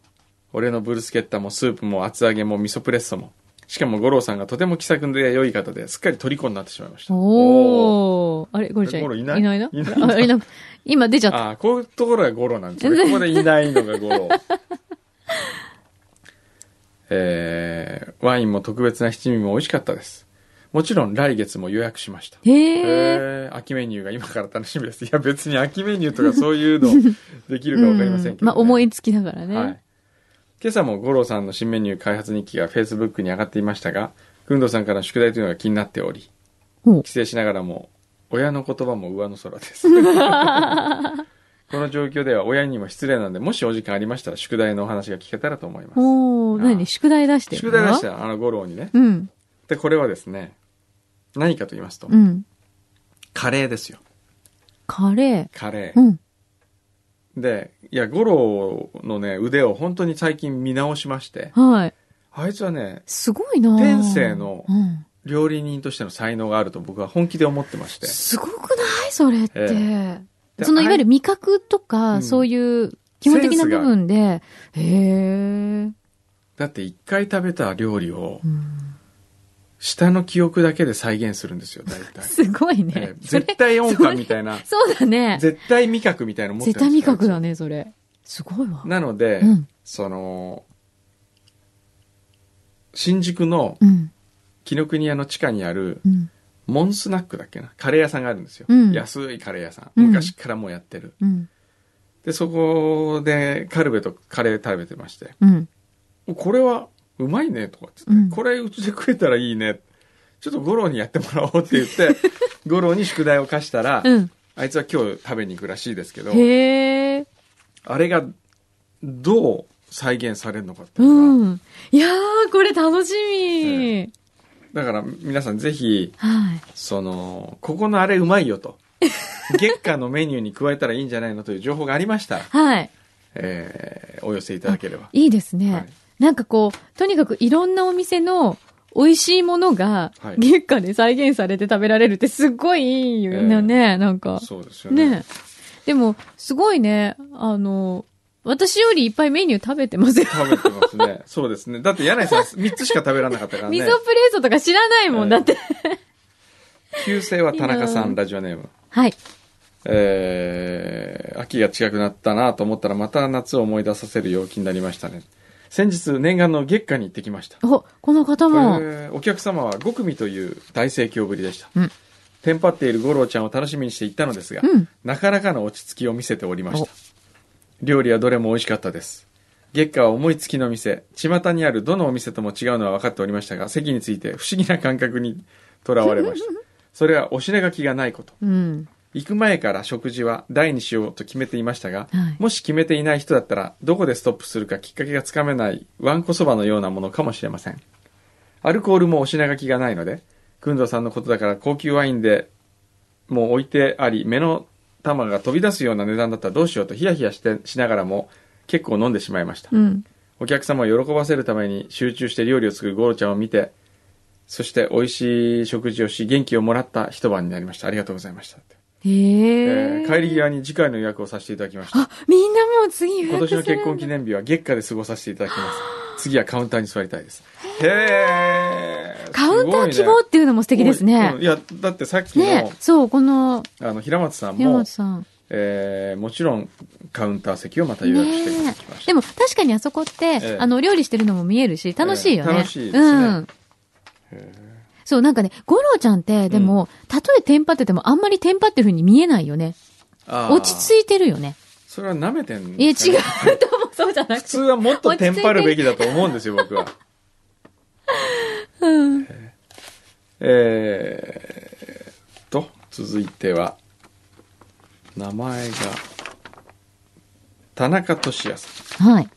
Speaker 4: 俺のブルスケッタもスープも厚揚げも味噌プレッソも、しかも五郎さんがとても気さくで良い方ですっかり虜になってしまいました。
Speaker 3: おー。あれ、ゴリちゃん。
Speaker 4: ゴロいない
Speaker 3: いないない
Speaker 4: ない
Speaker 3: あいなく今出ちゃった。
Speaker 4: ああ、こういうところがゴロなんですね。ここでいないのが
Speaker 3: *laughs*
Speaker 4: ゴロ。えー、ワインも特別な七味も美味しかったです。もちろん来月も予約しました。
Speaker 3: へえ。
Speaker 4: えー、秋メニューが今から楽しみです。いや、別に秋メニューとかそうい
Speaker 3: *laughs*
Speaker 4: うのできるかわかりませんけど、ね
Speaker 3: うんまあ、思いつきだからね。
Speaker 4: はい。今朝も五郎さんの新メニュー開発日記が Facebook に上がっていましたが、くんどさんからの宿題というのが気になっており、
Speaker 3: お
Speaker 4: 帰省しながらも、親の言葉も上の空です。この状況では親にも失礼なので、もしお時間ありましたら宿題のお話が聞けたらと思います。
Speaker 3: おー、
Speaker 4: ああ
Speaker 3: 何宿題出してるの
Speaker 4: 宿題出したらあの五郎にね。
Speaker 3: うん。
Speaker 4: で、これはですね、何かと言いますと、
Speaker 3: うん。
Speaker 4: カレーですよ。
Speaker 3: カレ
Speaker 4: カレ
Speaker 3: ー。うん。
Speaker 4: ー。で、いや、五郎のね、腕を本当に最近見直しまして、
Speaker 3: はい。
Speaker 4: あいつはね、
Speaker 3: すごいなぁ
Speaker 4: 天性の
Speaker 3: うん。
Speaker 4: 料理人としての才能があると僕は本気で思ってまして。
Speaker 3: すごくないそれって。
Speaker 4: えで
Speaker 3: その、いわゆる
Speaker 4: あ
Speaker 3: 味覚とか、
Speaker 4: うん
Speaker 3: そういう基本的な
Speaker 4: センス
Speaker 3: 部
Speaker 4: が
Speaker 3: 分で、へえ。
Speaker 4: だって一回食べた料理を
Speaker 3: う、ん
Speaker 4: 下の記憶だけで再現するんですよ、大体。
Speaker 3: すごい
Speaker 4: え
Speaker 3: ね
Speaker 4: え。
Speaker 3: それ
Speaker 4: 絶対音感みたいな、
Speaker 3: そうだね。
Speaker 4: 絶対味覚みたいなの持って
Speaker 3: 絶対
Speaker 4: るん
Speaker 3: 味
Speaker 4: ですよ
Speaker 3: 覚だ。ね、それ。すごいわ
Speaker 4: あいつ。なので、
Speaker 3: うん。
Speaker 4: その、新宿の
Speaker 3: うん。
Speaker 4: 紀ノ国屋の地下にある
Speaker 3: うん。
Speaker 4: モンスナックだっけな、カレー屋さんがあるんですよ。
Speaker 3: うん
Speaker 4: 安いカレー屋さ
Speaker 3: うん
Speaker 4: ん。昔からもうやってる。
Speaker 3: うん。
Speaker 4: で、そこでカルベとカレー食べてまして。
Speaker 3: うん。
Speaker 4: これはうまいねとかって
Speaker 3: う
Speaker 4: 言って、
Speaker 3: ん
Speaker 4: これうちで食えたらいいねちょっと五郎にやってもらおうって
Speaker 3: *laughs*
Speaker 4: 言って五郎に宿題を課したら、
Speaker 3: うん。
Speaker 4: あいつは今日食べに行くらしいですけど
Speaker 3: へえ。
Speaker 4: あれがどう再現されるのかっていうのが、
Speaker 3: うん。いやー、これ楽し
Speaker 4: え
Speaker 3: み。
Speaker 4: だから皆さんぜひ
Speaker 3: はい。
Speaker 4: そのここのあれうまいよと
Speaker 3: *laughs*
Speaker 4: 月下のメニューに加えたらいいんじゃないのという情報があり
Speaker 3: *laughs*
Speaker 4: ましたら、
Speaker 3: はい。
Speaker 4: えーお寄せいただければ
Speaker 3: いいですね。
Speaker 4: はい
Speaker 3: なんかこう、とにかくいろんなお店の美味しいものが
Speaker 4: は、い
Speaker 3: 月下で再現されて食べられるってすっごいいいよね、なんか。
Speaker 4: そうですよね
Speaker 3: ねでも、すごいね、あの、私よりいっぱいメニュー食べてますよ。
Speaker 4: 食べてますねそうですねだって柳井さん3つしか食べられなかったから
Speaker 3: *laughs*
Speaker 4: ね
Speaker 3: 味噌プレートとか知らないもん、
Speaker 4: ええ
Speaker 3: だって。
Speaker 4: 旧姓は田中さ
Speaker 3: いい
Speaker 4: んラジオネーム
Speaker 3: はい。
Speaker 4: えー秋が近くなったなと思ったらまた夏を思い出させる陽気になりましたね先日念願の月下に行ってきました
Speaker 3: お、この方も、
Speaker 4: えーお客様は5組という大盛況ぶりでした、
Speaker 3: うん
Speaker 4: テンパっている五郎ちゃんを楽しみにして行ったのですが、
Speaker 3: うん
Speaker 4: なかなかの落ち着きを見せておりまし
Speaker 3: お
Speaker 4: た料理はどれも美味しかったです月下は思いつきの店巷にあるどのお店とも違うのは分かっておりましたが席について不思議な感覚にとらわれま
Speaker 3: *laughs*
Speaker 4: したそれはお品書きがないこと
Speaker 3: うん。
Speaker 4: 行く前から食事は大にしようと決めていましたが、
Speaker 3: はい
Speaker 4: もし決めていない人だったらどこでストップするかきっかけがつかめないわんこそばのようなものかもしれませんアルコールもお品書きがないので工藤さんのことだから高級ワインでもう置いてあり目の玉が飛び出すような値段だったらどうしようとヒヤヒヤしてしながらも結構飲んでしまいました、
Speaker 3: うん。
Speaker 4: お客様を喜ばせるために集中して料理を作るゴロちゃんを見てそして美味しい食事をし元気をもらった一晩になりましたありがとうございました
Speaker 3: へ
Speaker 4: え
Speaker 3: え
Speaker 4: ー帰り際に次回の予約をさせていただきました
Speaker 3: あ、みんなもう次予
Speaker 4: 今
Speaker 3: 約
Speaker 4: 年
Speaker 3: する
Speaker 4: の
Speaker 3: んだ
Speaker 4: 結婚記念日は月下で過ごさせていただきます次はカウンターに座りたいですへえごい
Speaker 3: 文
Speaker 4: ね
Speaker 3: 化希望っていうのも素敵ですね
Speaker 4: うん。いや、だってさっきの、
Speaker 3: ねそう、この、
Speaker 4: あの、平松さん
Speaker 3: 山
Speaker 4: も
Speaker 3: 本、さん。
Speaker 4: えーもちろんカウンター席をまた予約して
Speaker 3: ね
Speaker 4: きました。
Speaker 3: でも確かにあそこって、
Speaker 4: え
Speaker 3: あの、お料理してるのも見えるし、楽しいよね。
Speaker 4: ええ楽しいですね
Speaker 3: うん。そう、なんかね、五郎ちゃんって、でも、たとえテンパってても、あんまりテンパってる風に見えないよね。
Speaker 4: あー
Speaker 3: 落ち着いてるよね。
Speaker 4: それは舐めてん
Speaker 3: いや、違
Speaker 4: ですかね
Speaker 3: うと思う、そうじゃな
Speaker 4: 普
Speaker 3: くて
Speaker 4: 通。はもっとテンパるべきだと思うんですよ、僕は。えーっと、続いては、名前が、田中俊也さん。
Speaker 3: はい。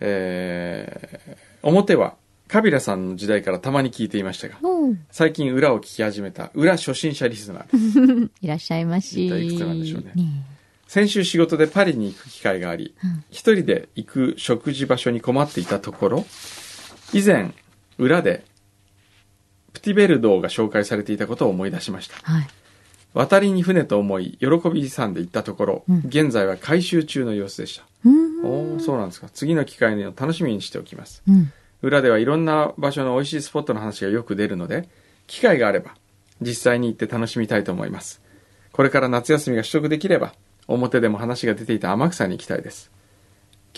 Speaker 4: えー表は、カビラさんの時代からたまに聞いていましたが、
Speaker 3: うん
Speaker 4: 最近裏を聞き始めた、裏初心者リスナーです。
Speaker 3: いらっしゃいまし。
Speaker 4: 一体いくつなんでしょうね
Speaker 3: ね
Speaker 4: 先週仕事でパリに行く機会があり、一人で行く食事場所に困っていたところ、以前、裏で、プティベルドーが紹介されていたことを思い出しました。
Speaker 3: はい。
Speaker 4: 渡りに船と思い、喜びさんで行ったところ、
Speaker 3: うん
Speaker 4: 現在は改修中の様子でした。
Speaker 3: うん。
Speaker 4: おおそうなんですか。次の機会を楽しみにしておきます。
Speaker 3: うん。
Speaker 4: 裏ではいろんな場所の美味しいスポットの話がよく出るので、機会があれば、実際に行って楽しみたいと思います。これから夏休みが取得できれば、表でも話が出ていた天草に行きたいです。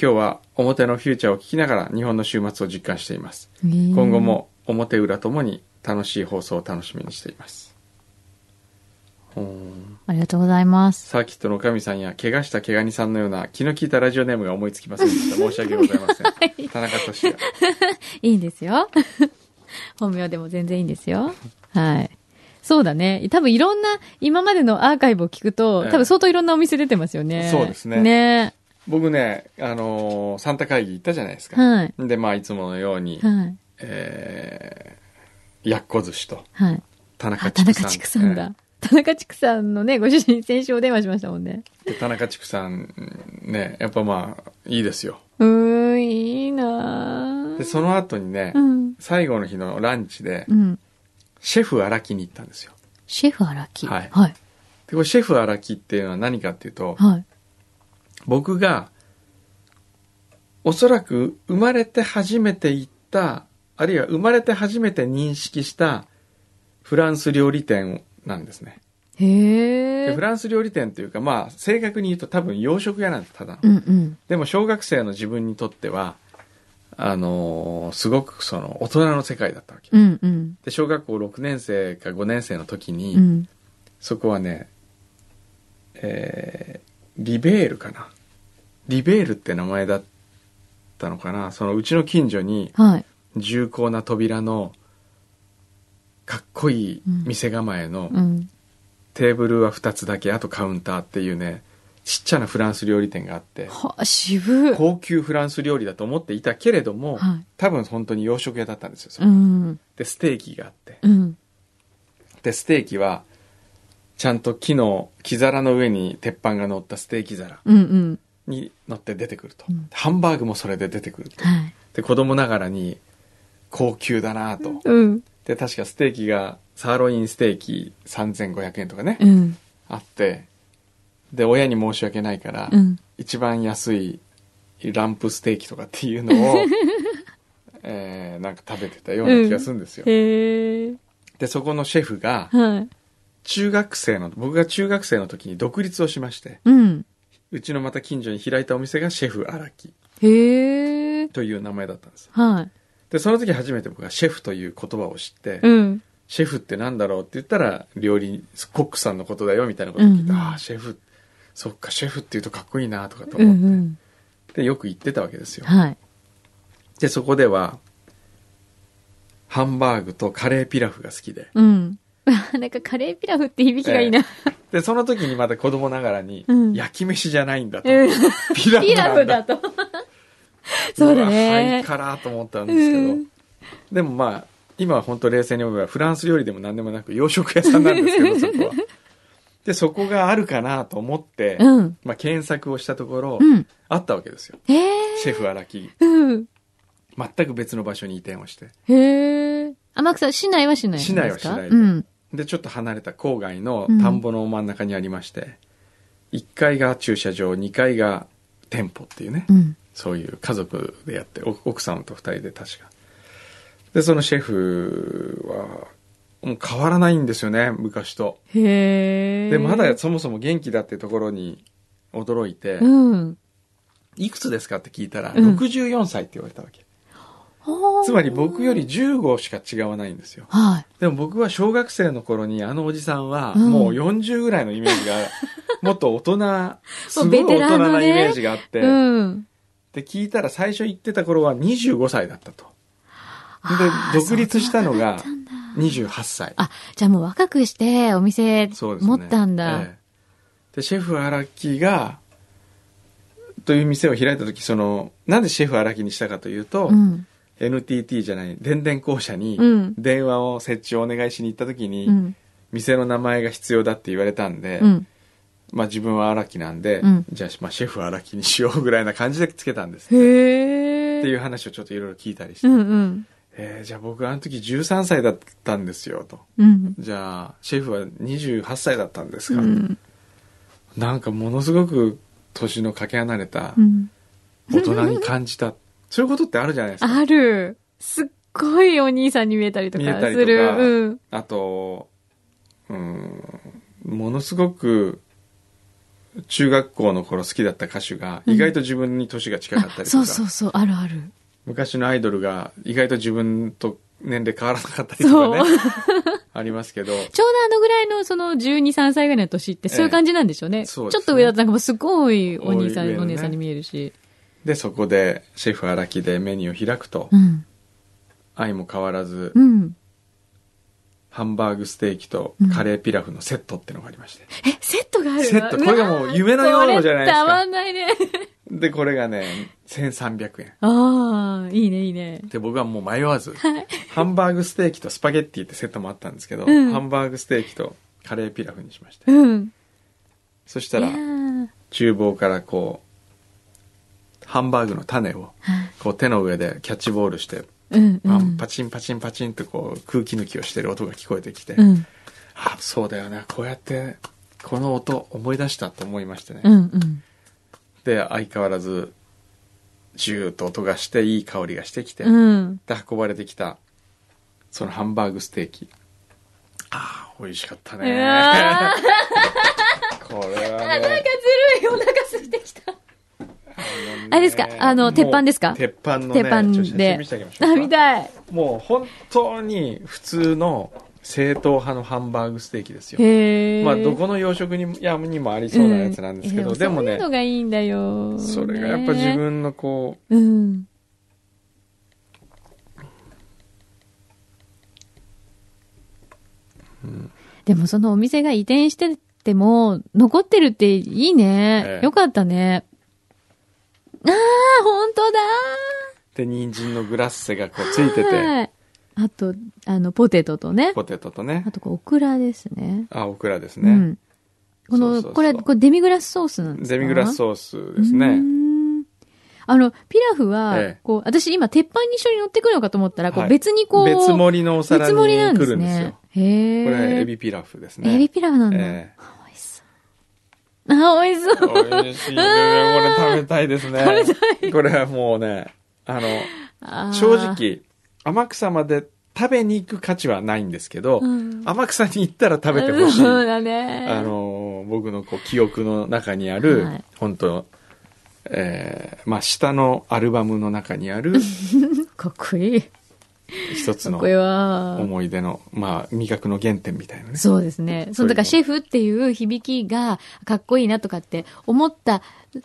Speaker 4: 今日は表のフューチャーを聞きながら日本の週末を実感しています。今
Speaker 3: 今
Speaker 4: 後。も表裏ともに楽しい放送を楽しみにしています。ほーん
Speaker 3: ありがとうございます。
Speaker 4: サーキットのおかみさんや怪我した毛ガニさんのような気の利いたラジオネームが思いつきませんでした。申し訳ございません。田中俊也。
Speaker 3: いいんですよ。 *laughs* 本名でも全然いいんですよ。はい。そうだね。多分いろんな、今までのアーカイブを聞くと、
Speaker 4: ええ
Speaker 3: 多分相当いろんなお店出てますよね。
Speaker 4: そうですね
Speaker 3: ね
Speaker 4: 僕ね、あのーサンタ会議行ったじゃないですか。
Speaker 3: はい。
Speaker 4: で、まあ、いつものように、
Speaker 3: はい。
Speaker 4: えー、やっこ寿司と、
Speaker 3: はい。
Speaker 4: 田中
Speaker 3: あ、
Speaker 4: 畜
Speaker 3: 田
Speaker 4: 産。
Speaker 3: 中畜産だ。田中畜産のね、ご主人先週お電話しましたもんね。
Speaker 4: えー。で田中畜産、ね、やっぱまあ、いいですよ。
Speaker 3: うーん、いいな
Speaker 4: で、
Speaker 3: ぁ
Speaker 4: その後にね、
Speaker 3: うん。
Speaker 4: 最後の日のランチで
Speaker 3: う、ん。
Speaker 4: シェフ荒木に行ったんですよ。
Speaker 3: シェフ荒木。
Speaker 4: はい
Speaker 3: はい。
Speaker 4: で、これシェフ荒木っていうのは何かっていうと、
Speaker 3: はい。
Speaker 4: 僕が、おそらく生まれて初めて行った、あるいは生まれて初めて認識した、フランス料理店なんですね。
Speaker 3: へ
Speaker 4: で
Speaker 3: え。
Speaker 4: フランス料理店というか、まあ、正確に言うと多分洋食屋なんです、ただの
Speaker 3: うんうん。
Speaker 4: でも小学生の自分にとっては、あのーすごくその大人の世界だったわけ。
Speaker 3: うんうん。
Speaker 4: で、小学校6年生か5年生の時に、
Speaker 3: うん。
Speaker 4: そこはね、えーリベールかな。リベールって名前だったのかな。そのうちの近所に
Speaker 3: はい。
Speaker 4: 重厚な扉の、かっこいい店構えの、
Speaker 3: うん。
Speaker 4: テーブルは2つだけあとカウンターっていうねちっちゃなフランス料理店があって
Speaker 3: はあ、渋い。
Speaker 4: 高級フランス料理だと思っていたけれども、
Speaker 3: はい
Speaker 4: 多分本当に洋食屋だったんですよ、それ
Speaker 3: うん。
Speaker 4: でステーキがあって
Speaker 3: うん。
Speaker 4: でステーキはちゃんと木の木皿の上に鉄板が乗ったステーキ皿
Speaker 3: うんうん。
Speaker 4: に乗って出てくると、
Speaker 3: うん
Speaker 4: ハンバーグもそれで出てくると
Speaker 3: はい。
Speaker 4: で子供ながらに高級だなと、
Speaker 3: うん。
Speaker 4: で確かステーキがサーロインステーキ3500円とかね、
Speaker 3: うん。
Speaker 4: あってで親に申し訳ないから、
Speaker 3: うん。
Speaker 4: 一番安いランプステーキとかっていうの
Speaker 3: *laughs*
Speaker 4: を、えーなんか食べてたような気がするんですよ、
Speaker 3: へえ。
Speaker 4: でそこのシェフが
Speaker 3: はい。
Speaker 4: 中学生の僕が中学生の時に独立をしまして
Speaker 3: うん。
Speaker 4: うちのまた近所に開いたお店がシェフ荒木
Speaker 3: へえ。
Speaker 4: という名前だったんです
Speaker 3: はい。
Speaker 4: でその時初めて僕がシェフという言葉を知って、
Speaker 3: うん。
Speaker 4: シェフってなんだろうって言ったら料理コックさんのことだよみたいなことを聞いて、
Speaker 3: うんうん
Speaker 4: ああシェフそっかシェフって言うとかっこいいなとかと
Speaker 3: うん
Speaker 4: 思
Speaker 3: う
Speaker 4: って、
Speaker 3: ん。
Speaker 4: でよく言ってたわけですよ
Speaker 3: はい。
Speaker 4: で、そこでは、ハンバーグとカレーピラフが好きで。
Speaker 3: うん。なんかカレーピラフって響きがいいな。
Speaker 4: で、その時にまた子供ながらに、
Speaker 3: うん
Speaker 4: 焼き飯じゃないんだと。
Speaker 3: うん
Speaker 4: ピラ
Speaker 3: ピラフ
Speaker 4: なん
Speaker 3: だと。そうだ
Speaker 4: わハイ
Speaker 3: ね。
Speaker 4: カラーと思ったんですけど。
Speaker 3: うん
Speaker 4: でもまあ、今は本当冷静に思えば、フランス料理でも何でもなく洋食屋さんなんですけど、そこは。で、そこがあるかなと思って、
Speaker 3: うん。
Speaker 4: まあ検索をしたところ、
Speaker 3: うん。
Speaker 4: あったわけですよ。
Speaker 3: へえ。
Speaker 4: シェフ荒木。
Speaker 3: うん。
Speaker 4: 全く別の場所に移転をして。
Speaker 3: へえ。天草、市内は市内なんですか
Speaker 4: 市内は市内で
Speaker 3: うん。
Speaker 4: で、ちょっと離れた郊外の田んぼの真ん中にありまして、1階が駐車場、2階が店舗っていうね、
Speaker 3: うん。
Speaker 4: そういう家族でやって、お奥さんと2人で確か。で、そのシェフは、もう変わらないんですよね、昔と。
Speaker 3: へえ。
Speaker 4: で、まだそもそも元気だってところに驚いて、
Speaker 3: うん。
Speaker 4: いくつですかって聞いたら、
Speaker 3: うん
Speaker 4: 64歳って言われたわけ。
Speaker 3: はあ
Speaker 4: つまり僕より15しか違わないんですよ。
Speaker 3: はい。
Speaker 4: でも僕は小学生の頃にあのおじさんは
Speaker 3: うん
Speaker 4: もう40ぐらいのイメー
Speaker 3: *laughs*
Speaker 4: ジが、もっと大人、すごい
Speaker 3: ベテ
Speaker 4: 大
Speaker 3: ラ
Speaker 4: 人
Speaker 3: ンの
Speaker 4: な
Speaker 3: ね
Speaker 4: イメージがあって、
Speaker 3: うん。
Speaker 4: で聞いたら最初言ってた頃は25歳だったと。
Speaker 3: あー
Speaker 4: で、独立したのが
Speaker 3: そうだったんだ
Speaker 4: 28歳。
Speaker 3: あ、じゃあもう若くしてお店
Speaker 4: そうですね。
Speaker 3: 持ったんだ。
Speaker 4: ええで、シェフ荒木が、という店を開いた時、その、なんでシェフ荒木にしたかというと、
Speaker 3: うん。
Speaker 4: NTT じゃない、電電公社に
Speaker 3: うん
Speaker 4: 電話を設置をお願いしに行った時に、
Speaker 3: うん。
Speaker 4: 店の名前が必要だって言われたんで、
Speaker 3: うん。
Speaker 4: まあ自分は荒木なんで、
Speaker 3: うん
Speaker 4: じゃあ、まあ、シェフ荒木にしようぐらいな感じでつけたんですって
Speaker 3: へえ。。
Speaker 4: いうう話をちょっといろいろ聞いたりして、
Speaker 3: うんうん。
Speaker 4: えーじゃあ僕あの時13歳だったんですよと。
Speaker 3: うん。
Speaker 4: じゃあ、シェフは28歳だったんです
Speaker 3: う
Speaker 4: か、
Speaker 3: ん。
Speaker 4: なんかものすごく年のかけ離れた
Speaker 3: うん。
Speaker 4: 大人に感じた。そういうことってあるじゃないですか。
Speaker 3: ある。すっごいお兄さんに見えたりとか
Speaker 4: 見えたり
Speaker 3: す
Speaker 4: とか
Speaker 3: る。うん。
Speaker 4: あと、うーん、ものすごく中学校の頃好きだった歌手が
Speaker 3: うん
Speaker 4: 意外と自分に年が近かったりとか、
Speaker 3: そうそうそう、あるある。
Speaker 4: 昔のアイドルが意外と自分と年齢変わらなかったりとかね、 *laughs* ありますけど、
Speaker 3: ちょうどあのぐらいのその12、3歳ぐらいの年ってそういう感じなんでしょうね。
Speaker 4: ええ
Speaker 3: ち
Speaker 4: そ
Speaker 3: ょ
Speaker 4: う
Speaker 3: っ
Speaker 4: ですね
Speaker 3: と上だとなんかもうすごいお兄さ
Speaker 4: 多い上
Speaker 3: ん、
Speaker 4: のね
Speaker 3: お姉さんに見えるし。
Speaker 4: で、そこでシェフ荒木でメニューを開くと
Speaker 3: う、ん。
Speaker 4: 愛も変わらず
Speaker 3: う、ん。
Speaker 4: ハンバーグステーキとカレーピラフのセットってのがありまして。
Speaker 3: え、セットがあるわ
Speaker 4: セットこれがもう夢のようじゃないですか
Speaker 3: これたまんないね。
Speaker 4: で、これがね、1300円。
Speaker 3: ああ、いいね、いいね。
Speaker 4: で、僕はもう迷わず、ハンバーグステーキとスパゲッティってセットもあったんですけど、
Speaker 3: うん
Speaker 4: ハンバーグステーキとカレーピラフにしました。
Speaker 3: うん。
Speaker 4: そしたら
Speaker 3: いや、ー
Speaker 4: 厨房からこう、ハンバーグの種を、こう手の上でキャッチボールして、
Speaker 3: うん、う
Speaker 4: パン
Speaker 3: ん。
Speaker 4: パチンパチンパチンとこう空気抜きをしてる音が聞こえてきて、
Speaker 3: うん、
Speaker 4: あ、そうだよな、こうやって、この音思い出したと思いましてね。
Speaker 3: うん、うん。
Speaker 4: で、相変わらず、ジューッと音がして、いい香りがしてきて、
Speaker 3: うん。
Speaker 4: で運ばれてきたそのハンバーグステーキああ美味しかったね
Speaker 3: うわ
Speaker 4: これは
Speaker 3: なんか
Speaker 4: ね
Speaker 3: ずるい、お腹空いてきた。あれですかあの
Speaker 4: もう
Speaker 3: 鉄板ですか
Speaker 4: 鉄板のね
Speaker 3: 鉄板
Speaker 4: ちょっと写
Speaker 3: で
Speaker 4: 真見せてあげましょ
Speaker 3: *laughs*
Speaker 4: う
Speaker 3: あ、
Speaker 4: か
Speaker 3: 見たい。
Speaker 4: もう本当に普通の正統派のハンバーグステーキですよ
Speaker 3: へえ。
Speaker 4: まあどこの洋食にもやにもありそうなやつなんですけど、
Speaker 3: うん
Speaker 4: でも
Speaker 3: そういう
Speaker 4: ね
Speaker 3: のがいいんだよ。
Speaker 4: それがやっぱ自
Speaker 3: ね。
Speaker 4: 分のこう
Speaker 3: うん。でもそのお店が移転してても、残ってるっていいね。
Speaker 4: ええ
Speaker 3: よかったね。ああ、本当だ
Speaker 4: で人参のグラッセがこうついて
Speaker 3: は
Speaker 4: て
Speaker 3: いあと、あの、ポテトとね。
Speaker 4: ポテトとね
Speaker 3: あと、こうオクラですね。
Speaker 4: あオクラです
Speaker 3: う
Speaker 4: ね、
Speaker 3: ん。この、
Speaker 4: そうそうそう
Speaker 3: これ、これデミグラスソースなんですか
Speaker 4: デミグラス
Speaker 3: ー
Speaker 4: ソースですね
Speaker 3: あの、ピラフは、
Speaker 4: ええ
Speaker 3: こう、私今、鉄板に一緒に乗ってくるのかと思ったら、こう、
Speaker 4: はい
Speaker 3: 別にこう、
Speaker 4: 別盛りのお
Speaker 3: 別盛り、
Speaker 4: 皿に来
Speaker 3: なんで
Speaker 4: る
Speaker 3: す
Speaker 4: んですよ。
Speaker 3: ね。へえ。
Speaker 4: これエビピラフですね。
Speaker 3: エビピラフなんだ。
Speaker 4: え
Speaker 3: あ美味しそう。あ、美味しそ
Speaker 4: え
Speaker 3: う。
Speaker 4: 美味しいね。これ食べたいですね。食べたい。これはもうね、あの、
Speaker 3: あー
Speaker 4: 正。直、天草まで食べに行く価値はないんですけど、
Speaker 3: うん
Speaker 4: 天草に行ったら食べてほしい。
Speaker 3: そうだね。
Speaker 4: あの、僕のこう記憶の中にある、
Speaker 3: はい
Speaker 4: 本当えーまあ、下のアルバムの中にある
Speaker 3: かっこいい。
Speaker 4: 一つの
Speaker 3: これは。
Speaker 4: 思い出の、まあ、味覚の原点みたいなね。
Speaker 3: そうですね。そのだから
Speaker 4: そう
Speaker 3: シェフっていう響きがかっこいいなとかって思った、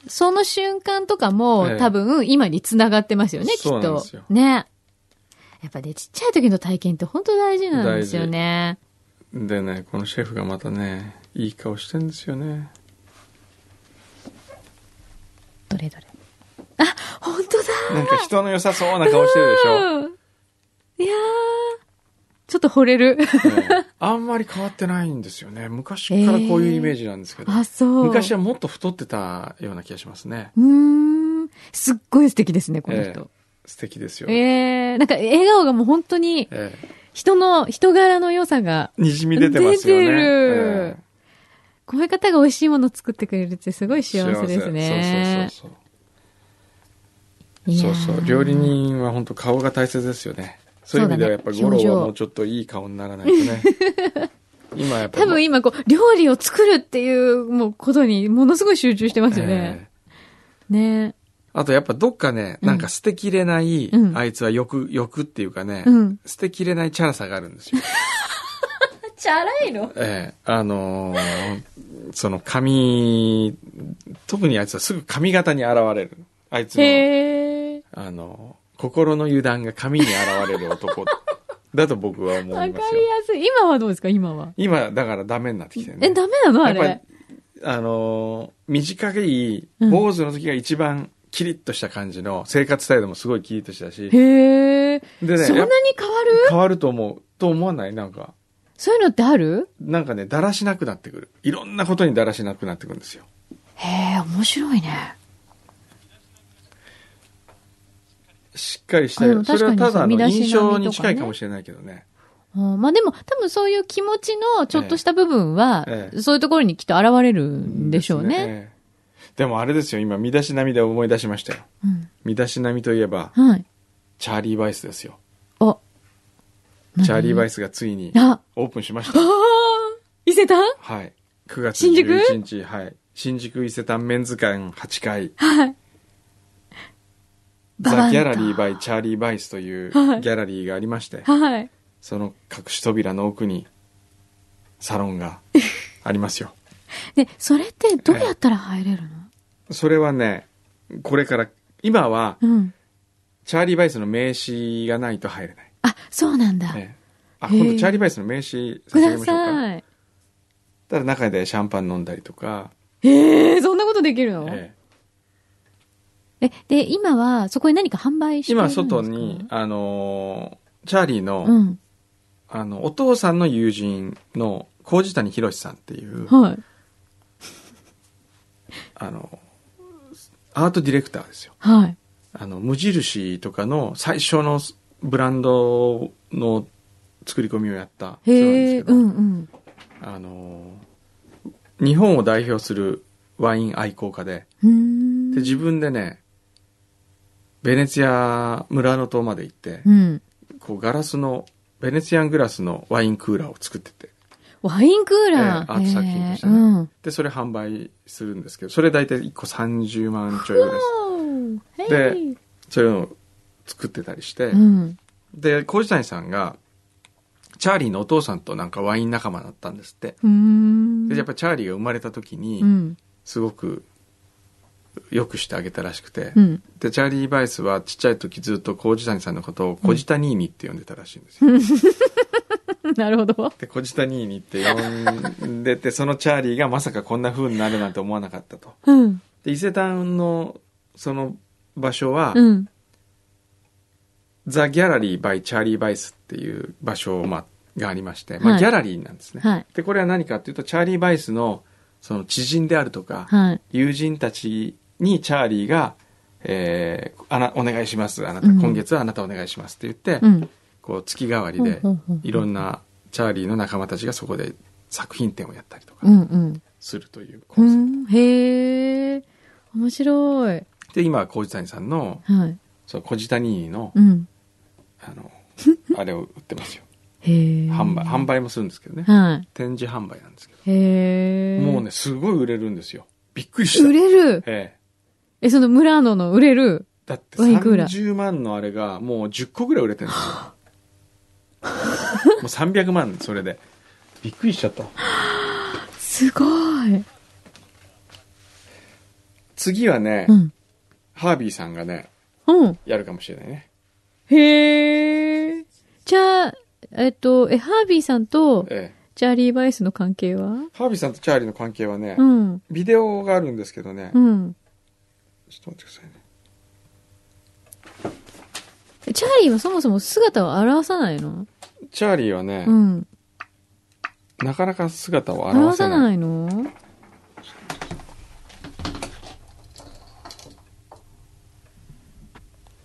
Speaker 3: その瞬間とかも、
Speaker 4: ええ
Speaker 3: 多分今に繋がってますよね、きっ
Speaker 4: そうなんで
Speaker 3: と
Speaker 4: すよ。
Speaker 3: ね。やっぱね、ちっちゃい時の体験って本当大事なんですよね。
Speaker 4: でね、このシェフがまたね、いい顔してんですよ
Speaker 3: *laughs*
Speaker 4: ね。
Speaker 3: どれどれ。あ、本当だ
Speaker 4: なんか人の良さそうな顔してるでしょ。
Speaker 3: うんいやー。ちょっと惚れ
Speaker 4: *laughs*
Speaker 3: る。
Speaker 4: ねあんまり変わってないんですよね。昔からこういうイメージなんですけど。
Speaker 3: あ、そう。
Speaker 4: 昔は
Speaker 3: う
Speaker 4: もっと太ってたような気がしますね。
Speaker 3: ーん。すっごい素敵ですね、この
Speaker 4: ええ
Speaker 3: 人。
Speaker 4: 素敵ですよ。
Speaker 3: ええなんか笑顔がもう本当に
Speaker 4: え
Speaker 3: 人の、人柄の良さが
Speaker 4: えにじみ出てますよね。
Speaker 3: 出てる
Speaker 4: ええ
Speaker 3: こういう方が美味しいものを作ってくれるってすごい幸せですね。
Speaker 4: そうそうそうそう。
Speaker 3: いや
Speaker 4: そ
Speaker 3: ー
Speaker 4: うそう。料理人は本当顔が大切ですよね。そういう意味ではやっぱ
Speaker 3: そう
Speaker 4: 五
Speaker 3: だね
Speaker 4: 郎
Speaker 3: 表
Speaker 4: は
Speaker 3: 情
Speaker 4: もうちょっといい顔にならない
Speaker 3: *laughs*
Speaker 4: とね。今やっぱり。
Speaker 3: 多分今こう、料理を作るっていう、もうことに、ものすごい集中してますよね。ね
Speaker 4: あとやっぱどっかね、
Speaker 3: うん
Speaker 4: なんか捨てきれない、
Speaker 3: うん
Speaker 4: あいつは欲、欲っていうかね、
Speaker 3: うん
Speaker 4: 捨てきれないチャラさがあるんですよ。
Speaker 3: *laughs* チャラいの
Speaker 4: ええあのーその髪、特にあいつはすぐ髪型に現れる。あいつの、
Speaker 3: へえ。
Speaker 4: あのー心の油断が髪に現れ
Speaker 3: *laughs*
Speaker 4: る男だと僕は思
Speaker 3: わか
Speaker 4: い
Speaker 3: りや
Speaker 4: ますよ。
Speaker 3: すい。今はどうですか今は。
Speaker 4: 今、だからダメになってきてるね。
Speaker 3: え、ダメなのあ
Speaker 4: やっ
Speaker 3: れ
Speaker 4: ぱ。り、あのー短い
Speaker 3: うん
Speaker 4: 坊主の時が一番キリッとした感じの、生活態度もすごいキリッとしたし、
Speaker 3: へえ。
Speaker 4: でね、
Speaker 3: そんなに
Speaker 4: やっぱ
Speaker 3: 変わる
Speaker 4: 変わると思う。と思わないなんか、
Speaker 3: そういうのってある
Speaker 4: なんかね、だらしなくなってくる。いろんなことにだらしなくなってくるんですよ。
Speaker 3: へえ、面白いね。
Speaker 4: しっかりし
Speaker 3: あ
Speaker 4: て
Speaker 3: でも
Speaker 4: る。それは
Speaker 3: 確か
Speaker 4: た
Speaker 3: に
Speaker 4: だの
Speaker 3: 身だしなみ
Speaker 4: 印象に
Speaker 3: とか
Speaker 4: 近
Speaker 3: ね
Speaker 4: いかもしれないけどね。
Speaker 3: うんまあでも、多分そういう気持ちのちょっとした部分は、
Speaker 4: ええ
Speaker 3: そういうところにきっと現れるんでしょう
Speaker 4: です
Speaker 3: ね。。
Speaker 4: ええでもあれですよ、今、身だしなみで思い出しましたよ。身だしなみといえば、
Speaker 3: うん。はい。
Speaker 4: チャーリー・バイスですよ。
Speaker 3: あ、
Speaker 4: チャーリー・バイスがついに
Speaker 3: あ、
Speaker 4: オープンしました
Speaker 3: あ。ー *laughs* 伊勢丹
Speaker 4: はい。9月
Speaker 3: 新宿
Speaker 4: 11日、はい。新宿伊勢丹メンズ館8階、ザ・ギャラリー・バイ・チャーリー・バイスというギ
Speaker 3: はい
Speaker 4: ャラリーがありまして、
Speaker 3: はい。
Speaker 4: その隠し扉の奥にサロンがありますよ。 *laughs*
Speaker 3: で、それってどうやったら入れるの、
Speaker 4: それはね、これから、今は、
Speaker 3: うん。
Speaker 4: チャーリー・バイスの名刺がないと入れない。
Speaker 3: あ、そうなんだ。
Speaker 4: ええあ、
Speaker 3: へえ
Speaker 4: 今度チャーリー・バイスの名刺
Speaker 3: く
Speaker 4: 差し上げ
Speaker 3: だ
Speaker 4: ましょうか。
Speaker 3: さい。
Speaker 4: ただ中でシャンパン飲んだりとか、
Speaker 3: ええそんなことできるの、
Speaker 4: ええ
Speaker 3: え、で、今は、そこに何か販売してるん
Speaker 4: 今
Speaker 3: ですか
Speaker 4: 外に、あのーチャーリーの、
Speaker 3: うん。
Speaker 4: あの、お父さんの友人の、麹谷博さんっていう、
Speaker 3: はい。
Speaker 4: あの、アートディレクターですよ。
Speaker 3: はい。
Speaker 4: あの、無印とかの最初のブランドの作り込みをやった人なんで
Speaker 3: へえ、
Speaker 4: すけ
Speaker 3: う
Speaker 4: ど、
Speaker 3: んうん。
Speaker 4: あの、日本を代表するワイン愛好家で、
Speaker 3: うーん。
Speaker 4: で、自分でね、ベネツィア、ムラノ島まで行って、
Speaker 3: うん。
Speaker 4: こうガラスの、ベネツィアングラスのワインクーラーを作ってて、
Speaker 3: ワインクーラー。
Speaker 4: ええアート作品としてね
Speaker 3: へえうん。
Speaker 4: で、それ販売するんですけど、それ大体1個30万ちょいぐらいです。で
Speaker 3: へい
Speaker 4: そういうのを作ってたりして、
Speaker 3: うん。
Speaker 4: で、麹谷さんが、チャーリーのお父さんとなんかワイン仲間だったんですって。
Speaker 3: うーん。
Speaker 4: で、やっぱチャーリーが生まれた時
Speaker 3: う
Speaker 4: に、
Speaker 3: ん。
Speaker 4: すごく、良くしてあげたらしくて、
Speaker 3: うん。
Speaker 4: *laughs* で、チャーリー・バイスはちっちゃい時ずっと麹谷さんのことを、麹谷ニーニって呼んでたらしいんですよ。
Speaker 3: なるほど。
Speaker 4: で、麹谷ニーニって呼んでて、そのチャーリーがまさかこんな風になるなんて思わなかったと。
Speaker 3: うん。
Speaker 4: で、伊勢丹の、その場所は、
Speaker 3: うん。
Speaker 4: ザ・ギャラリー・バイ・チャーリー・バイスっていう場所、まあ、がありまして、
Speaker 3: は
Speaker 4: まあ、
Speaker 3: い
Speaker 4: ギャラリーなんですね、
Speaker 3: はい
Speaker 4: で、これは何かっていうと、チャーリー・バイスの、その知人であるとか、
Speaker 3: はい。
Speaker 4: 友人たちにチャーリーが、えーあな、お願いします。あなた、
Speaker 3: うん
Speaker 4: 今月はあなたお願いしますって言って、
Speaker 3: うん。
Speaker 4: こう、月替わりで
Speaker 3: ほうほうほう、
Speaker 4: いろんなチャーリーの仲間たちがそこで作品展をやったりと
Speaker 3: う
Speaker 4: か
Speaker 3: んうん。
Speaker 4: するというコ
Speaker 3: う
Speaker 4: ンセプ
Speaker 3: ん。へえ。面白い。
Speaker 4: ト。で、今は麹谷さんの、
Speaker 3: はい。
Speaker 4: その麹谷の
Speaker 3: う、ん。
Speaker 4: あの、 *laughs* あれを売ってますよ。
Speaker 3: へえ。
Speaker 4: 販売、販売もするんですけどね。
Speaker 3: は
Speaker 4: 展示販売なんですけど。
Speaker 3: い。へえ。
Speaker 4: もう。ね、すごい売れるんですよ。びっくりした。
Speaker 3: 売れる。
Speaker 4: ええ。
Speaker 3: え、そのムラノの売れる。
Speaker 4: だって
Speaker 3: ワインクーラー
Speaker 4: 30万のあれがもう10個ぐらい売れてるんです
Speaker 3: *laughs*
Speaker 4: よ。もう300万、それで。びっくりしちゃった。
Speaker 3: すごい。
Speaker 4: 次はね、
Speaker 3: うん。
Speaker 4: ハービーさんがね、
Speaker 3: うん。
Speaker 4: やるかもしれないね。
Speaker 3: へえ。じゃあ、えっと、え、ハービーさんと、
Speaker 4: ええ。
Speaker 3: チャーリー・バイスの関係は
Speaker 4: ハービーさんとチャーリーの関係はね、
Speaker 3: うん。
Speaker 4: ビデオがあるんですけどね、
Speaker 3: うん。
Speaker 4: ちょっと待ってくださいね。
Speaker 3: チャーリーはそもそも姿を表さないの
Speaker 4: チャーリーはね、
Speaker 3: うん。
Speaker 4: なかなか姿を
Speaker 3: 表
Speaker 4: 現せ
Speaker 3: さ
Speaker 4: な
Speaker 3: ない
Speaker 4: い。
Speaker 3: の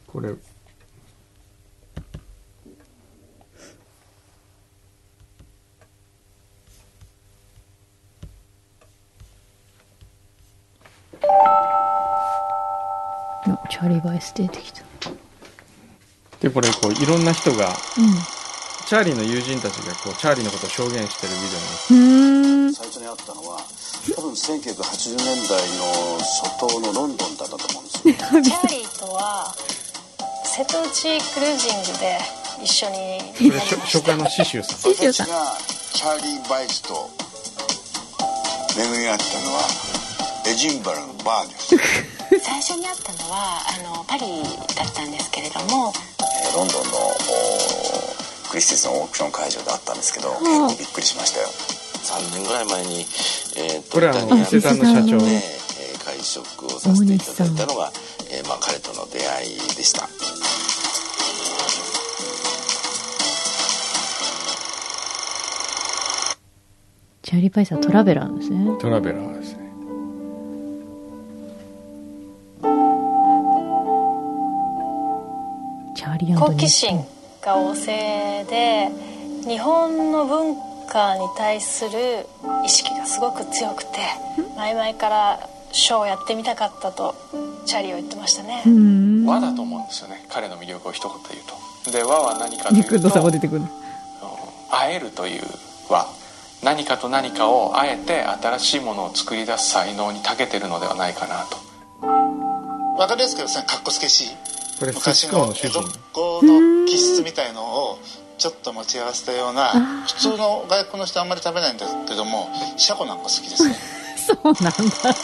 Speaker 4: これ。
Speaker 3: あチャーリー・バイス出てきた。
Speaker 4: で、これ、こう、いろんな人が、
Speaker 3: うん。
Speaker 4: チャーリーの友人たちが、こう、チャーリーのことを証言してるビデオ
Speaker 3: う
Speaker 4: に
Speaker 3: ーん。
Speaker 6: 最初にあったのは多分1980年代の初頭のロンドンだったと思うんですよ
Speaker 3: *laughs*
Speaker 7: チャーリーとは瀬戸内クルージングで一緒に
Speaker 4: これ、初
Speaker 3: *laughs*
Speaker 4: 初夏の刺繍さん。
Speaker 3: 師匠さん
Speaker 6: 私がチャーリー・バイスと巡り合ったのはエジンバラのバーですえ
Speaker 7: 最初に会ったのはあのパリだったんですけれども
Speaker 6: ー *laughs* ロンドンのおクリスティスのオークション会場であったんですけど結構びっくりしましたよ3年ぐらい前に、えーと
Speaker 4: これはあ
Speaker 6: イ
Speaker 4: の
Speaker 6: タリア
Speaker 4: 伊勢丹の社長
Speaker 3: あ
Speaker 6: で、えー会食をさせていただいたのが、えーまあ、彼との出会いでした
Speaker 3: チャーリーパイサートラベラーなんですね。
Speaker 4: トラベラーですね
Speaker 3: チャーリー
Speaker 7: 好奇
Speaker 3: 日
Speaker 7: 心
Speaker 3: 本
Speaker 7: が旺盛で日本の文化に対する意識がすごく強くて前々からショーをやってみたかったとチャーリーは言ってましたね、
Speaker 3: うん。
Speaker 8: 和だと思うんですよね彼の魅力を一言で言うとで和は何かとい
Speaker 3: リ
Speaker 8: うと
Speaker 3: クルドさんが出てくるの。
Speaker 8: 会えるという和何かと何かをあえて新しいものを作り出す才能に長けてるのではないかなと
Speaker 9: わかりやすく言うとねかっこつけしい
Speaker 4: これ寿
Speaker 9: 昔
Speaker 4: 司
Speaker 9: の
Speaker 4: の主
Speaker 9: 江戸
Speaker 4: 人
Speaker 9: っ子の気質みたいのをちょっと持ち合わせたような普通の外国の人あんまり食べないんだけどもシャコなんか好きですね
Speaker 3: そうなんだ。シ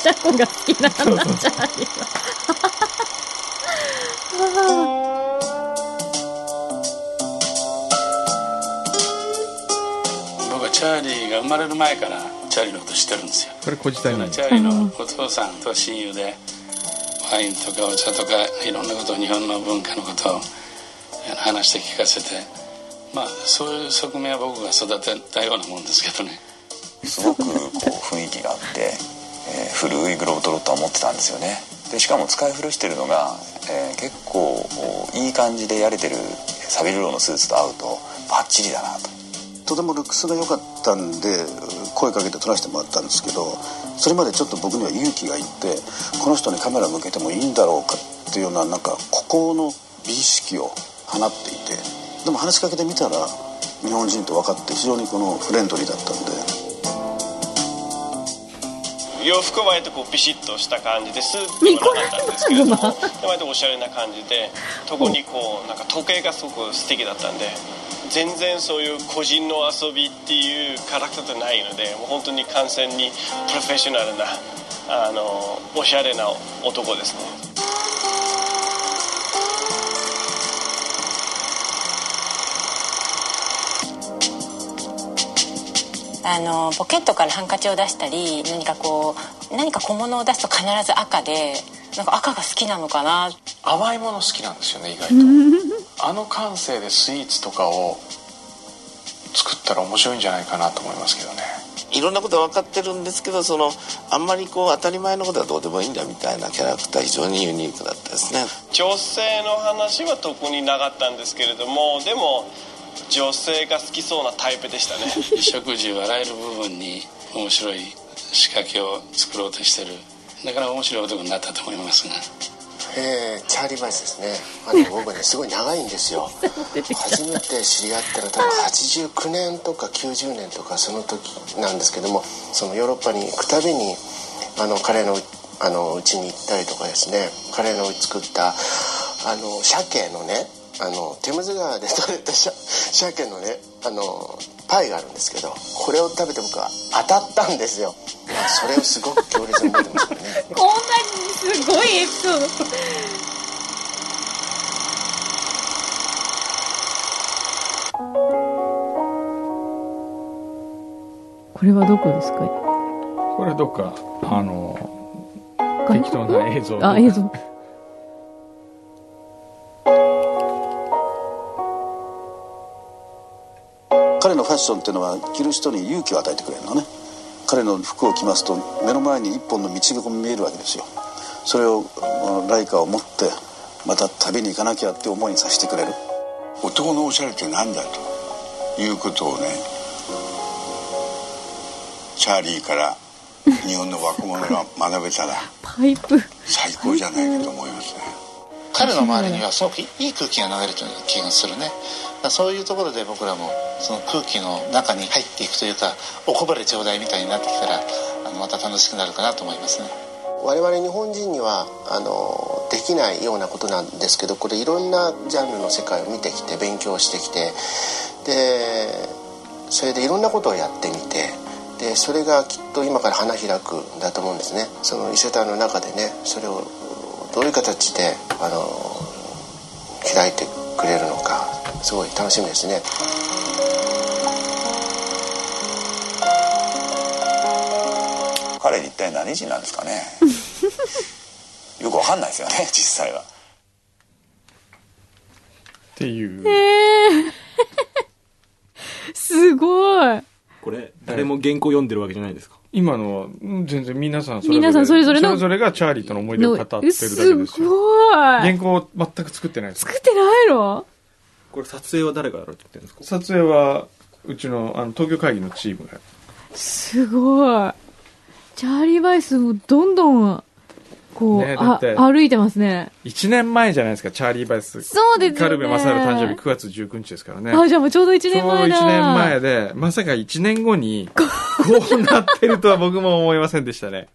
Speaker 3: ャコが好きなんだ、チャーリーは。
Speaker 10: 僕はチャーリーが生まれる前からチャーリーのこと知ってるんですよ
Speaker 4: これ小時代なん
Speaker 10: チ
Speaker 4: で
Speaker 10: ャーリーのお父さんとは親友でワインとかお茶とかいろんなこと日本の文化のことをあの話して聞かせてまあそういう側面は僕が育てたようなもんですけどね
Speaker 6: すごくこう雰囲気があって、えー古いグローブトロッターを持ってたんですよねでしかも使い古してるのが、えー結構おいい感じでやれてるサビルローのスーツと合うとバッチリだなととてもルックスが良かったんで声かけて撮らせてもらったんですけどそれまでちょっと僕には勇気がいってこの人にカメラ向けてもいいんだろうかっていうようななんか孤高の美意識を放っていてでも話しかけてみたら日本人と分かって非常にこのフレンドリーだったんで。
Speaker 11: 洋服は割とこうビシッとした感じでスーツもなかったんですけれどもで割とおしゃれな感じ *laughs* で特にこうなんか時計がすごく素敵だったんで全然そういう個人の遊びっていうキャラクターじゃないのでもう本当に完全にプロフェッショナルなあのおしゃれな男ですね
Speaker 7: あのポケットからハンカチを出したり何かこう何か小物を出すと必ず赤でなんか赤が好きなのかな
Speaker 8: 甘いもの好きなんですよね意外とあの感性でスイーツとかを作ったら面白いんじゃないかなと思いますけどね
Speaker 6: いろんなことは分かってるんですけどそのあんまりこう当たり前のことはどうでもいいんだみたいなキャラクター非常にユニークだったですね
Speaker 11: 女性の話は特になかったんですけれどもでも女性が好きそうなタイプでしたね
Speaker 10: 食事をあらゆる部分に面白い仕掛けを作ろうとしてるだから面白い男になったと思いますが
Speaker 6: えー、チャーリー・バイスですねあの僕はねすごい長いんですよ初めて知り合ったら多分89年とか90年とかその時なんですけどもそのヨーロッパに行くたびにあの彼のあの家に行ったりとかですね彼の作ったあの鮭のねあのテムズ川で採れた *laughs* シャ鮭のねあのパイがあるんですけどこれを食べて僕は当たったんですよ、まあ、それをすごく強烈に覚えてますよね
Speaker 3: こんなすごいエピソード。これはどこですか
Speaker 4: これどっかあの
Speaker 3: 外
Speaker 4: 適当な映像
Speaker 3: あ、映像。
Speaker 6: 彼のファッションっていうのは着る人に勇気を与えてくれるのね彼の服を着ますと目の前に一本の道がこう見えるわけですよそれをこのライカを持ってまた旅に行かなきゃって思いにさせてくれる男のおしゃれって何だということ *laughs* をねチャーリーから日本の若者が学べたら
Speaker 3: パイプ。
Speaker 6: 最高じゃないかと思いますね
Speaker 10: 彼の周りにはすごくいい空気が流れてる気がするねだからそういうところで僕らもその空気の中に入っていくというかおこぼれちょうだいみたいになってきたらあのまた楽しくなるかなと思いますね
Speaker 6: 我々日本人にはあのできないようなことなんですけどこれいろんなジャンルの世界を見てきて勉強してきてでそれでいろんなことをやってみてでそれがきっと今から花開くんだと思うんですねその伊勢丹の中でねそれをどういう形であの開いてくれるのかすごい楽しみですね。
Speaker 12: 彼一体何人なんです
Speaker 10: *laughs*
Speaker 12: かねよくわかんないですよね実際は
Speaker 4: ていう。
Speaker 3: ええすごい。
Speaker 2: これ誰も原稿読んでるわけじゃないんですか
Speaker 4: 今のはうん全然皆さん
Speaker 3: 皆さんそれぞれの
Speaker 4: それぞれがチャーリーとの思い出を語ってるだけです
Speaker 3: す
Speaker 4: よ。
Speaker 3: ごい。
Speaker 4: 原稿を全く作ってないです。
Speaker 3: 作ってないの
Speaker 4: これ撮影は誰がやるって言ってるんですか撮影は、うちのあの東京会議のチームがやる。
Speaker 3: すごい。チャーリー・バイスもどんどん、こう、
Speaker 4: ねだ
Speaker 3: あ
Speaker 4: って
Speaker 3: 歩いてますね。
Speaker 4: 1年前じゃないですか、チャーリー・バイス。
Speaker 3: そうですよね
Speaker 4: カルベ・マサル誕生日9月19日ですからね。
Speaker 3: あ、じゃあもうちょうど1
Speaker 4: ち
Speaker 3: 年
Speaker 4: ょうど
Speaker 3: 前
Speaker 4: 1
Speaker 3: だ。
Speaker 4: 年前で、まさか1年後に、こうなってるとは僕も思いませんでしたね。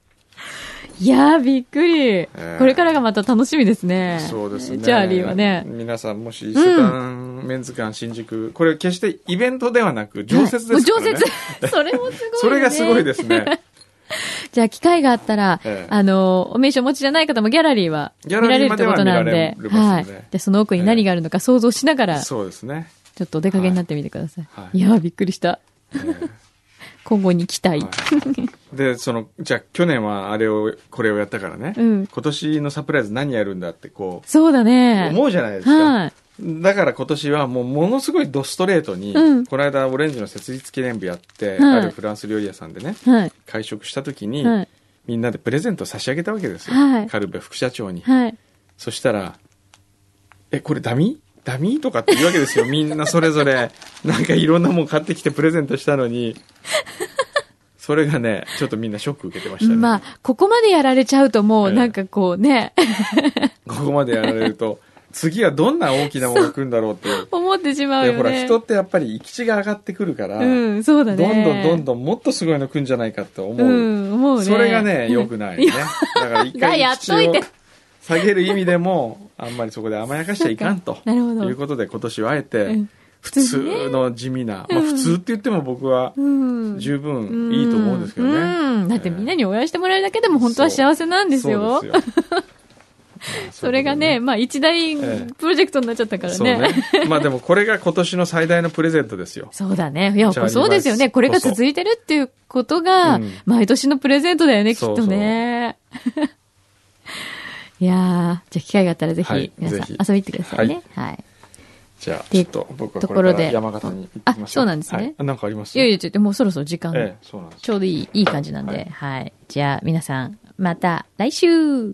Speaker 3: いやー、びっくり、
Speaker 4: ー
Speaker 3: これからがまた楽しみですね。
Speaker 4: そうですね。
Speaker 3: チャーリーはね。
Speaker 4: 皆さんもし、伊勢丹メンズ館新宿、これ決してイベントではなく、常設ですからね。
Speaker 3: もう常
Speaker 4: *laughs*
Speaker 3: 設それもすごい、ね。
Speaker 4: それがすごいですね。
Speaker 3: *laughs* じゃあ、機会があったら、
Speaker 4: ええ
Speaker 3: あの、お名刺お持ちじゃない方もギャラリーは見
Speaker 4: ギャラ
Speaker 3: られ
Speaker 4: リー
Speaker 3: る
Speaker 4: ま
Speaker 3: って
Speaker 4: では
Speaker 3: ことなんで、
Speaker 4: 見られますので
Speaker 3: はい。で、その奥に何があるのか想像しながら、
Speaker 4: そうですね。
Speaker 3: ちょっとお出かけになってみてください。、
Speaker 4: はいい
Speaker 3: やー、びっくりした。今後に期待。
Speaker 4: で、その、じゃあ去年はあれを、これをやったからね、
Speaker 3: うん
Speaker 4: 今年のサプライズ何やるんだってこう、
Speaker 3: そうだね。
Speaker 4: 思うじゃないですか。
Speaker 3: はい。
Speaker 4: だから今年はもうものすごいドストレートに、
Speaker 3: うん
Speaker 4: この間オレンジの設立記念日やっ
Speaker 3: は
Speaker 4: て、
Speaker 3: い
Speaker 4: あるフランス料理屋さんでね、
Speaker 3: はい。
Speaker 4: 会食した時に、
Speaker 3: はい
Speaker 4: みんなでプレゼントを差し上げたわけですよ。
Speaker 3: はい
Speaker 4: カルベ副社長に。
Speaker 3: はい。
Speaker 4: そしたら、え、これダミーダミーとかって言うわけですよ。みんなそれ
Speaker 3: *laughs*
Speaker 4: ぞれ、なんかいろんなもん買ってきてプレゼントしたのに、それがね、ちょっとみんなショック受けてましたね。
Speaker 3: まあ、ここまでやられちゃうともう、なんかこうね、 *laughs*
Speaker 4: ここまでやられると、次はどんな大きなものが来るんだろ
Speaker 3: *laughs*
Speaker 4: うっていう。
Speaker 3: 思ってしまう
Speaker 4: で
Speaker 3: よね。
Speaker 4: ほら、人ってやっぱり行き地が上がってくるから、
Speaker 3: うんそうだね
Speaker 4: どんどんどんどんもっとすごいの来るんじゃないかと思う。
Speaker 3: うん思うね
Speaker 4: それがね、良くないね。だから一
Speaker 3: な
Speaker 4: 回
Speaker 3: やっ
Speaker 4: 行き地
Speaker 3: とい
Speaker 4: を
Speaker 3: て
Speaker 4: 下げる意味でも、あんまりそこで甘やかしちゃい
Speaker 3: *laughs*
Speaker 4: かんと。
Speaker 3: なるほ
Speaker 4: と
Speaker 3: ど
Speaker 4: いう。ことで今年はあえて、
Speaker 3: うん
Speaker 4: 普通の地味な、まあ
Speaker 3: うん
Speaker 4: 普通って言っても僕は
Speaker 3: うん
Speaker 4: 十分いいと思うんですけどね。
Speaker 3: うん。だってみんなに応援してもらえるだけでも本当は幸せなんですよ。
Speaker 4: *laughs* そ
Speaker 3: そう
Speaker 4: ですよ
Speaker 3: れがね、まあ一大
Speaker 4: ええ
Speaker 3: プロジェクトになっちゃったから
Speaker 4: そう
Speaker 3: ね。
Speaker 4: ね。まあでもこれが今年の最大のプレゼントですよ。
Speaker 3: そうだね。いや、
Speaker 4: チャーリー
Speaker 3: そうですよ
Speaker 4: バイ
Speaker 3: ね。
Speaker 4: ス
Speaker 3: これが続いてるっていうことが
Speaker 4: うん、
Speaker 3: 毎年のプレゼントだよね、きっ
Speaker 4: そう
Speaker 3: と
Speaker 4: そう
Speaker 3: ね。 *laughs* いやー、じゃあ機会があったらぜ
Speaker 4: はい
Speaker 3: ひ、皆さん
Speaker 4: ぜひ
Speaker 3: 遊びに行ってくださいね。はい。
Speaker 4: じゃあ、
Speaker 3: で
Speaker 4: ちょっと僕は
Speaker 3: と
Speaker 4: こ
Speaker 3: こ
Speaker 4: れ
Speaker 3: ろ
Speaker 4: から
Speaker 3: で。
Speaker 4: 山形に行
Speaker 3: あ
Speaker 4: き、まし
Speaker 3: そ
Speaker 4: ょ。
Speaker 3: ううなんです
Speaker 4: はい
Speaker 3: ね。
Speaker 4: あなんかあります
Speaker 3: いやいや、ちょっともうそろそろ時間が
Speaker 4: ええそうなんです
Speaker 3: ちょうどいい、いい感じなんで。はい。じゃあ、皆さん、また来週